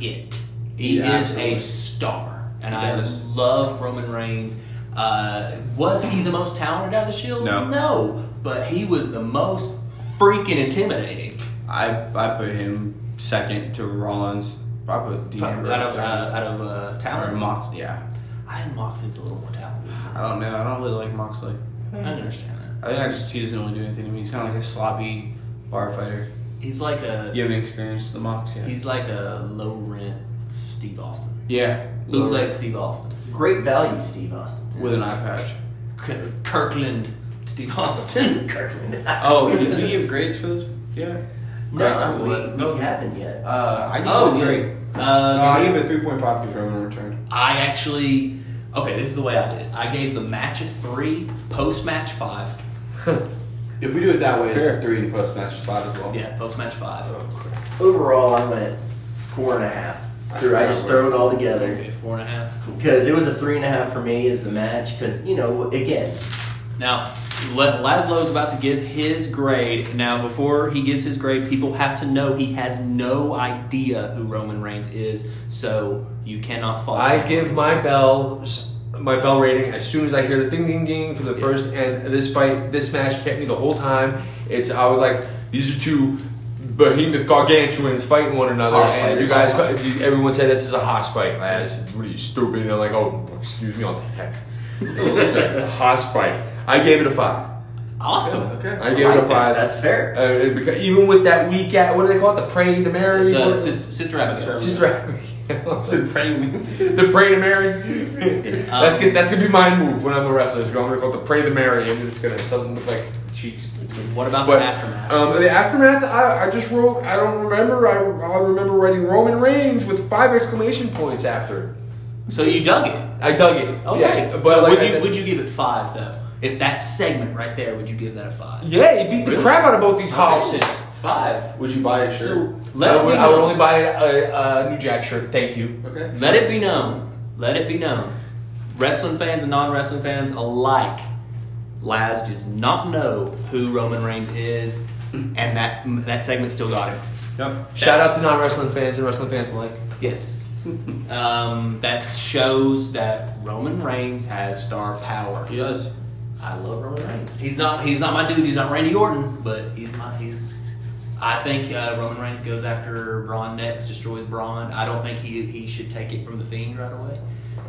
[SPEAKER 3] it. He
[SPEAKER 1] Yeah,
[SPEAKER 3] is
[SPEAKER 1] absolutely.
[SPEAKER 3] a star, and
[SPEAKER 1] He
[SPEAKER 3] I
[SPEAKER 1] does.
[SPEAKER 3] love Roman Reigns. Uh, was he the most talented out of the Shield?
[SPEAKER 1] No.
[SPEAKER 3] but he was the most freaking intimidating.
[SPEAKER 1] I I put him second to Rollins. I put Dean
[SPEAKER 3] Out of
[SPEAKER 1] Ambrose.
[SPEAKER 3] uh,
[SPEAKER 1] third.
[SPEAKER 3] out of uh,
[SPEAKER 1] or
[SPEAKER 3] talent,
[SPEAKER 1] Mox, Uh, yeah.
[SPEAKER 3] I think Moxley's a little more talented.
[SPEAKER 1] I don't know. I don't really like Moxley.
[SPEAKER 3] I understand that.
[SPEAKER 1] I think I just he doesn't really do anything to me. He's kind of like a sloppy bar fighter.
[SPEAKER 3] He's like a
[SPEAKER 1] You haven't experienced the Mox yet.
[SPEAKER 3] he's like a low rent Steve Austin,
[SPEAKER 1] yeah,
[SPEAKER 3] bootleg Steve Austin,
[SPEAKER 4] Great value, Steve Austin.
[SPEAKER 1] with an eye patch.
[SPEAKER 3] K- Kirkland Steve Austin.
[SPEAKER 4] Kirkland.
[SPEAKER 1] Oh, did we give grades for this? Yeah.
[SPEAKER 4] no,
[SPEAKER 1] Right,
[SPEAKER 4] we,
[SPEAKER 1] no.
[SPEAKER 4] we haven't yet.
[SPEAKER 1] Uh, I give
[SPEAKER 3] Oh,
[SPEAKER 1] it a
[SPEAKER 3] yeah.
[SPEAKER 1] three.
[SPEAKER 3] Uh,
[SPEAKER 1] no, I give it a three point five because Roman returned.
[SPEAKER 3] I actually okay. This is the way I did it. I gave the match a three, post match five.
[SPEAKER 1] If we do it that way, it's
[SPEAKER 5] Fair.
[SPEAKER 1] a three and post match is five as well.
[SPEAKER 3] Yeah, post match five.
[SPEAKER 4] Overall, I went four and a half. Through, I just throw it all together
[SPEAKER 3] Okay, four and a half. Cool.
[SPEAKER 4] because it was a three and a half for me as the match. Because you know, again,
[SPEAKER 3] Now, Le- Laszlo's about to give his grade. Now, before he gives his grade, people have to know he has no idea who Roman Reigns is, so you cannot follow.
[SPEAKER 5] I give my bells my bell rating as soon as I hear the ding ding ding for the
[SPEAKER 3] Yeah.
[SPEAKER 5] first and this fight this match kept me the whole time. It's I was like these are two behemoth gargantuans fighting one another
[SPEAKER 1] Hoss
[SPEAKER 5] and you
[SPEAKER 1] fighters.
[SPEAKER 5] guys uh, you- everyone said this is a hoss fight lads what are you stupid and I'm like oh excuse me on the heck it's a hoss fight I gave it a five
[SPEAKER 3] Awesome.
[SPEAKER 1] Okay.
[SPEAKER 5] I gave it
[SPEAKER 4] like
[SPEAKER 5] a
[SPEAKER 4] that.
[SPEAKER 5] five
[SPEAKER 4] That's fair.
[SPEAKER 5] uh, it beca- even with that weak at what do they call it the praying to Mary
[SPEAKER 3] The
[SPEAKER 5] What-
[SPEAKER 3] sis- sister Abigail.
[SPEAKER 5] sister Abigail.
[SPEAKER 1] Said praying.
[SPEAKER 5] The pray to Mary.
[SPEAKER 3] Um,
[SPEAKER 5] that's gonna that's gonna be my move when I'm a wrestler. It's gonna, I'm gonna call it the pray to Mary, and it's gonna have something with like cheeks.
[SPEAKER 3] What about
[SPEAKER 5] But
[SPEAKER 3] the aftermath?
[SPEAKER 5] um, the aftermath, I, I just wrote. I don't remember. I I remember writing Roman Reigns with five exclamation points after.
[SPEAKER 3] so you dug it.
[SPEAKER 5] I dug it.
[SPEAKER 3] Okay.
[SPEAKER 5] Yeah, but
[SPEAKER 3] so
[SPEAKER 5] like,
[SPEAKER 3] would
[SPEAKER 5] I-
[SPEAKER 3] you would you give it five though? If that segment right there, would you give that a five?
[SPEAKER 5] Yeah, he beat the
[SPEAKER 3] Really?
[SPEAKER 5] crap out of both these
[SPEAKER 3] Okay,
[SPEAKER 5] houses.
[SPEAKER 3] Five.
[SPEAKER 1] Would you buy a shirt?
[SPEAKER 3] So let
[SPEAKER 5] I
[SPEAKER 3] it
[SPEAKER 5] would,
[SPEAKER 3] be
[SPEAKER 5] I would
[SPEAKER 3] known.
[SPEAKER 5] only buy a, a New Jack shirt. Thank you.
[SPEAKER 1] okay.
[SPEAKER 3] Let it be known. Let it be known. Wrestling fans and non wrestling fans alike, Laz does not know who Roman Reigns is, and that that segment still got him.
[SPEAKER 1] Yep.
[SPEAKER 5] Shout out to non wrestling fans and wrestling fans alike.
[SPEAKER 3] Yes. Um, that shows that Roman Reigns has star power.
[SPEAKER 1] He does.
[SPEAKER 3] I love Roman Reigns. He's not he's not my dude. He's not Randy Orton, but he's my he's. I think uh, Roman Reigns goes after Braun next, destroys Braun. I don't think he he should take it from the Fiend right away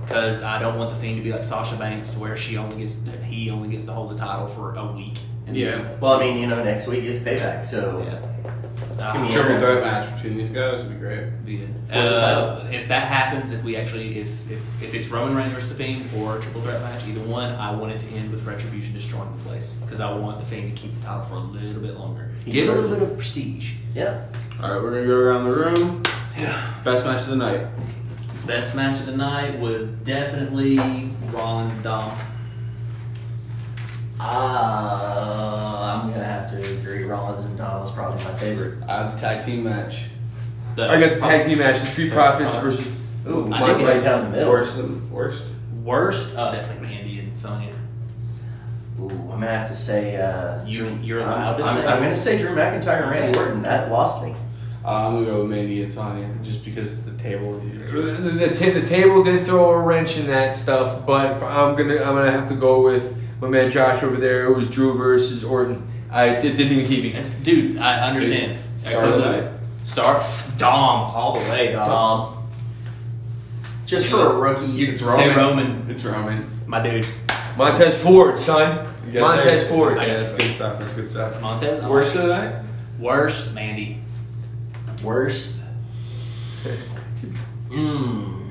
[SPEAKER 3] because I don't want the Fiend to be like Sasha Banks to where she only gets he only gets to hold the title for a week. And
[SPEAKER 1] Yeah.
[SPEAKER 4] Well, I mean, you know, next week is payback, so
[SPEAKER 3] yeah.
[SPEAKER 4] gonna be
[SPEAKER 3] Uh,
[SPEAKER 1] Triple threat match between these guys would be great.
[SPEAKER 3] Uh, if that happens, if we actually, if, if if it's Roman Reigns versus the Fiend or a triple threat match, either one, I want it to end with Retribution destroying the place because I want the Fiend to keep the title for a little bit longer.
[SPEAKER 4] He
[SPEAKER 3] Give it a
[SPEAKER 4] deserves
[SPEAKER 3] little bit of prestige.
[SPEAKER 4] yeah.
[SPEAKER 1] All right, we're gonna go around the room.
[SPEAKER 3] Yeah.
[SPEAKER 1] Best match of the night.
[SPEAKER 3] Best match of the night was definitely Rollins and Dom.
[SPEAKER 4] Uh, I'm gonna have to agree. Rollins and Dom is probably my favorite.
[SPEAKER 1] I have the tag team match.
[SPEAKER 3] The-
[SPEAKER 5] I got the tag team match: the Street Profits versus.
[SPEAKER 4] Ooh,
[SPEAKER 3] I
[SPEAKER 4] mine's
[SPEAKER 3] think
[SPEAKER 4] right
[SPEAKER 3] it-
[SPEAKER 4] down the middle.
[SPEAKER 1] Worst, than, worst.
[SPEAKER 3] Worst, oh, definitely Mandy and Sonya.
[SPEAKER 4] Ooh, I'm gonna have to say. Uh,
[SPEAKER 3] You
[SPEAKER 4] Drew-
[SPEAKER 3] you're
[SPEAKER 4] I'm-
[SPEAKER 3] allowed to
[SPEAKER 4] I'm,
[SPEAKER 3] say.
[SPEAKER 4] I'm gonna say Drew McIntyre and Randy
[SPEAKER 3] Okay.
[SPEAKER 4] Orton. That lost me.
[SPEAKER 1] Uh, Uh, I'm gonna go with Mandy and Sonya just because of the table.
[SPEAKER 5] The, the, ta- the table did throw a wrench in that stuff, but if I'm gonna I'm gonna have to go with my man Josh over there. It was Drew versus Orton. I it didn't even keep me.
[SPEAKER 3] It's, dude, I understand.
[SPEAKER 1] Star of the night.
[SPEAKER 3] Star Dom all the way, dog.
[SPEAKER 4] Dom. Just for a rookie,
[SPEAKER 3] You can
[SPEAKER 4] it's
[SPEAKER 3] say Roman,
[SPEAKER 1] It's Roman.
[SPEAKER 3] my dude.
[SPEAKER 5] Montez Ford, son.
[SPEAKER 1] Yes,
[SPEAKER 5] Montez
[SPEAKER 1] sir.
[SPEAKER 5] Ford.
[SPEAKER 1] Yeah, that's good stuff. That's good stuff.
[SPEAKER 3] Montez. I like
[SPEAKER 1] Worst
[SPEAKER 3] it.
[SPEAKER 1] of the night?
[SPEAKER 3] Worst, Mandy.
[SPEAKER 4] worst. Mm. Yeah,
[SPEAKER 3] Hmm.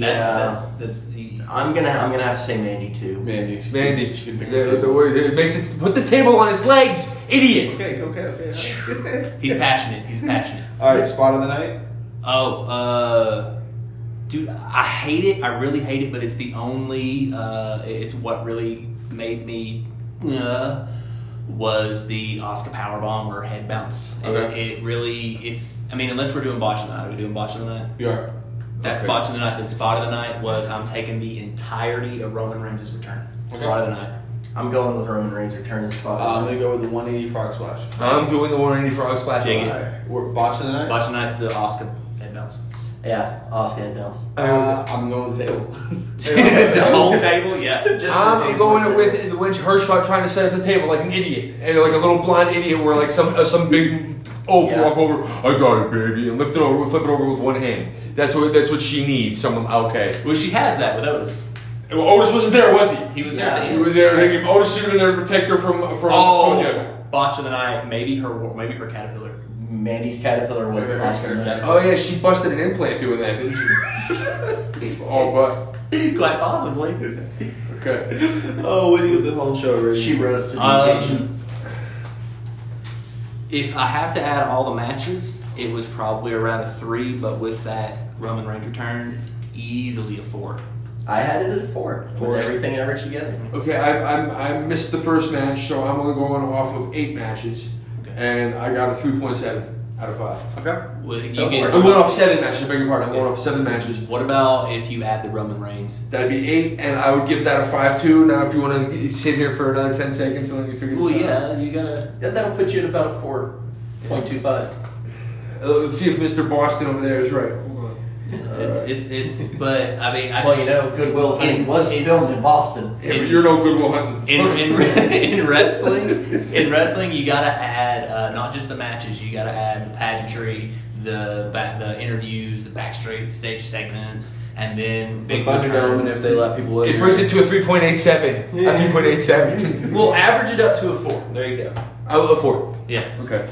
[SPEAKER 3] That's, that's, that's the,
[SPEAKER 4] I'm gonna I'm gonna have to say Mandy too.
[SPEAKER 1] Mandy. She
[SPEAKER 5] Mandy,
[SPEAKER 1] can- she can pick
[SPEAKER 5] the-
[SPEAKER 1] her
[SPEAKER 5] the-
[SPEAKER 1] table.
[SPEAKER 5] the- make the- put the table on its legs, idiot.
[SPEAKER 1] Okay, okay, okay.
[SPEAKER 3] he's passionate. He's passionate.
[SPEAKER 1] All right, spot of the night.
[SPEAKER 3] Oh, uh, dude, I hate it. I really hate it, but it's the only. Uh, it's what really made me. Uh, was the Oscar power bomb or head bounce? It-
[SPEAKER 1] Okay.
[SPEAKER 3] It, really. It's. I mean, unless we're doing botch of the night, are we doing botch of the night?
[SPEAKER 1] You are.
[SPEAKER 3] That's
[SPEAKER 5] Okay.
[SPEAKER 3] botch of the night. Then spot of the night was I'm taking the entirety of Roman Reigns' return.
[SPEAKER 1] Okay.
[SPEAKER 3] Spot of the night.
[SPEAKER 4] I'm going with Roman Reigns return as
[SPEAKER 1] Uh,
[SPEAKER 4] spot.
[SPEAKER 1] I'm gonna go with the 180 frog splash.
[SPEAKER 5] I'm doing the 180 frog splash.
[SPEAKER 3] Dig it.
[SPEAKER 1] Alright, we're botch of the night.
[SPEAKER 3] Botch of the night's the Oscar head bounce.
[SPEAKER 4] yeah, Oscar and Bells.
[SPEAKER 1] Uh, I'm going with the table.
[SPEAKER 3] the whole table, yeah. Just the
[SPEAKER 5] I'm
[SPEAKER 3] table.
[SPEAKER 5] going with the winch Hershot trying to set up the table like an idiot, and like a little blonde idiot, where like some uh, some big oaf
[SPEAKER 4] Yeah.
[SPEAKER 5] walk over, I got it, baby, and lift it over, flip it over with one hand. That's what that's what she needs. Someone okay.
[SPEAKER 3] Well, she has that with Otis.
[SPEAKER 5] Well, Otis wasn't there, was he?
[SPEAKER 3] He was there at the
[SPEAKER 4] Yeah,
[SPEAKER 3] end.
[SPEAKER 5] He was there. Like, if Otis should have been there to protect her from from
[SPEAKER 3] Oh,
[SPEAKER 5] Sonya.
[SPEAKER 3] Botch of the night. Maybe her, wor- maybe her caterpillar.
[SPEAKER 4] Mandy's caterpillar was the
[SPEAKER 1] Her-
[SPEAKER 4] last
[SPEAKER 1] her
[SPEAKER 4] one.
[SPEAKER 1] caterpillar.
[SPEAKER 5] Oh yeah, she busted an implant doing that. Didn't she? oh, but
[SPEAKER 3] Quite possibly. Um,
[SPEAKER 5] okay.
[SPEAKER 1] oh, what do you get the whole show already?
[SPEAKER 4] She rose to the occasion.
[SPEAKER 3] Um, if I have to add all the matches, it was probably around a three, but with that Roman Reigns return, easily a four.
[SPEAKER 4] I had it at four,
[SPEAKER 1] Four.
[SPEAKER 4] with everything ever together.
[SPEAKER 5] Okay, I, I, I missed the first match, so I'm only going off of eight matches, and I got a 3.7 out of 5.
[SPEAKER 1] Okay.
[SPEAKER 3] Well, you
[SPEAKER 4] So
[SPEAKER 5] I'm
[SPEAKER 3] get-
[SPEAKER 5] going off seven matches, I beg your pardon. I'm going off seven matches.
[SPEAKER 3] what about if you add the Roman Reigns?
[SPEAKER 5] That'd be eight, and I would give that a 5 2. Now, if you want to sit here for another 10 seconds and let me figure
[SPEAKER 3] Well,
[SPEAKER 5] this
[SPEAKER 3] yeah, you gotta.
[SPEAKER 4] Yeah, that'll put you at about a four point two five.
[SPEAKER 5] out. Uh, Let's see if Mr. Boston over there is right. Hold on.
[SPEAKER 3] It's it's it's. But I mean, I
[SPEAKER 4] Well,
[SPEAKER 3] just
[SPEAKER 4] you know, Goodwill Hunting
[SPEAKER 3] in-
[SPEAKER 4] was filmed in Boston.
[SPEAKER 5] Yeah,
[SPEAKER 3] In-
[SPEAKER 5] but you're no Goodwill Hunting.
[SPEAKER 3] in, in, in wrestling, in wrestling, you gotta add uh, not just the matches. You gotta add the pageantry, the ba- the interviews, the backstage stage segments, and then
[SPEAKER 1] The
[SPEAKER 3] big
[SPEAKER 1] Thunderdome,
[SPEAKER 3] returns.
[SPEAKER 1] and if they let people in.
[SPEAKER 5] it brings it to a 3.87. A 3.87.
[SPEAKER 3] We'll average it up to a four. There you go.
[SPEAKER 5] I will afford.
[SPEAKER 3] Yeah.
[SPEAKER 1] Okay.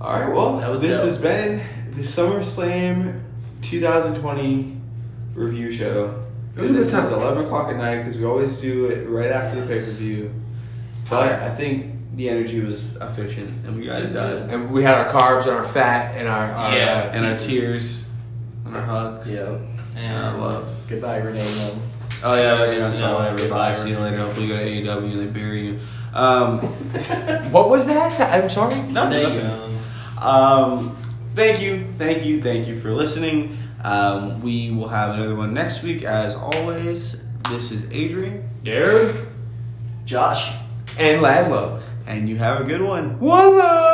[SPEAKER 1] All right. Well,
[SPEAKER 3] That was
[SPEAKER 1] this
[SPEAKER 3] dope.
[SPEAKER 1] has been the SummerSlam 2020 review show.
[SPEAKER 5] It was a good
[SPEAKER 1] This is
[SPEAKER 5] time.
[SPEAKER 1] 11 o'clock at night because we always do it right after the pay
[SPEAKER 3] Yes.
[SPEAKER 1] per view.
[SPEAKER 3] It's
[SPEAKER 1] But
[SPEAKER 3] tired.
[SPEAKER 1] I think the energy was efficient and we got
[SPEAKER 3] It
[SPEAKER 1] it
[SPEAKER 3] was
[SPEAKER 1] done.
[SPEAKER 5] And we had our carbs and our fat and our. our
[SPEAKER 3] Yeah.
[SPEAKER 5] uh,
[SPEAKER 1] And our
[SPEAKER 3] Pieces.
[SPEAKER 1] tears, and our hugs,
[SPEAKER 4] Yeah.
[SPEAKER 1] and our love.
[SPEAKER 4] Goodbye, Renee. Young.
[SPEAKER 1] Oh yeah, yeah,
[SPEAKER 3] it's,
[SPEAKER 1] it's
[SPEAKER 3] you know,
[SPEAKER 1] not whatever. Bye.
[SPEAKER 3] whatever.
[SPEAKER 1] See you later. Hopefully, you go to AEW and they bury you. Um,
[SPEAKER 5] uh, What was that? I'm sorry.
[SPEAKER 1] nothing.
[SPEAKER 3] There you
[SPEAKER 1] nothing.
[SPEAKER 3] go.
[SPEAKER 1] Um, thank you, thank you, thank you for listening. Um, we will have another one next week, as always. This is Adrian,
[SPEAKER 3] Dude.
[SPEAKER 4] Josh.
[SPEAKER 5] And Laszlo.
[SPEAKER 1] and you have a good one.
[SPEAKER 5] One love.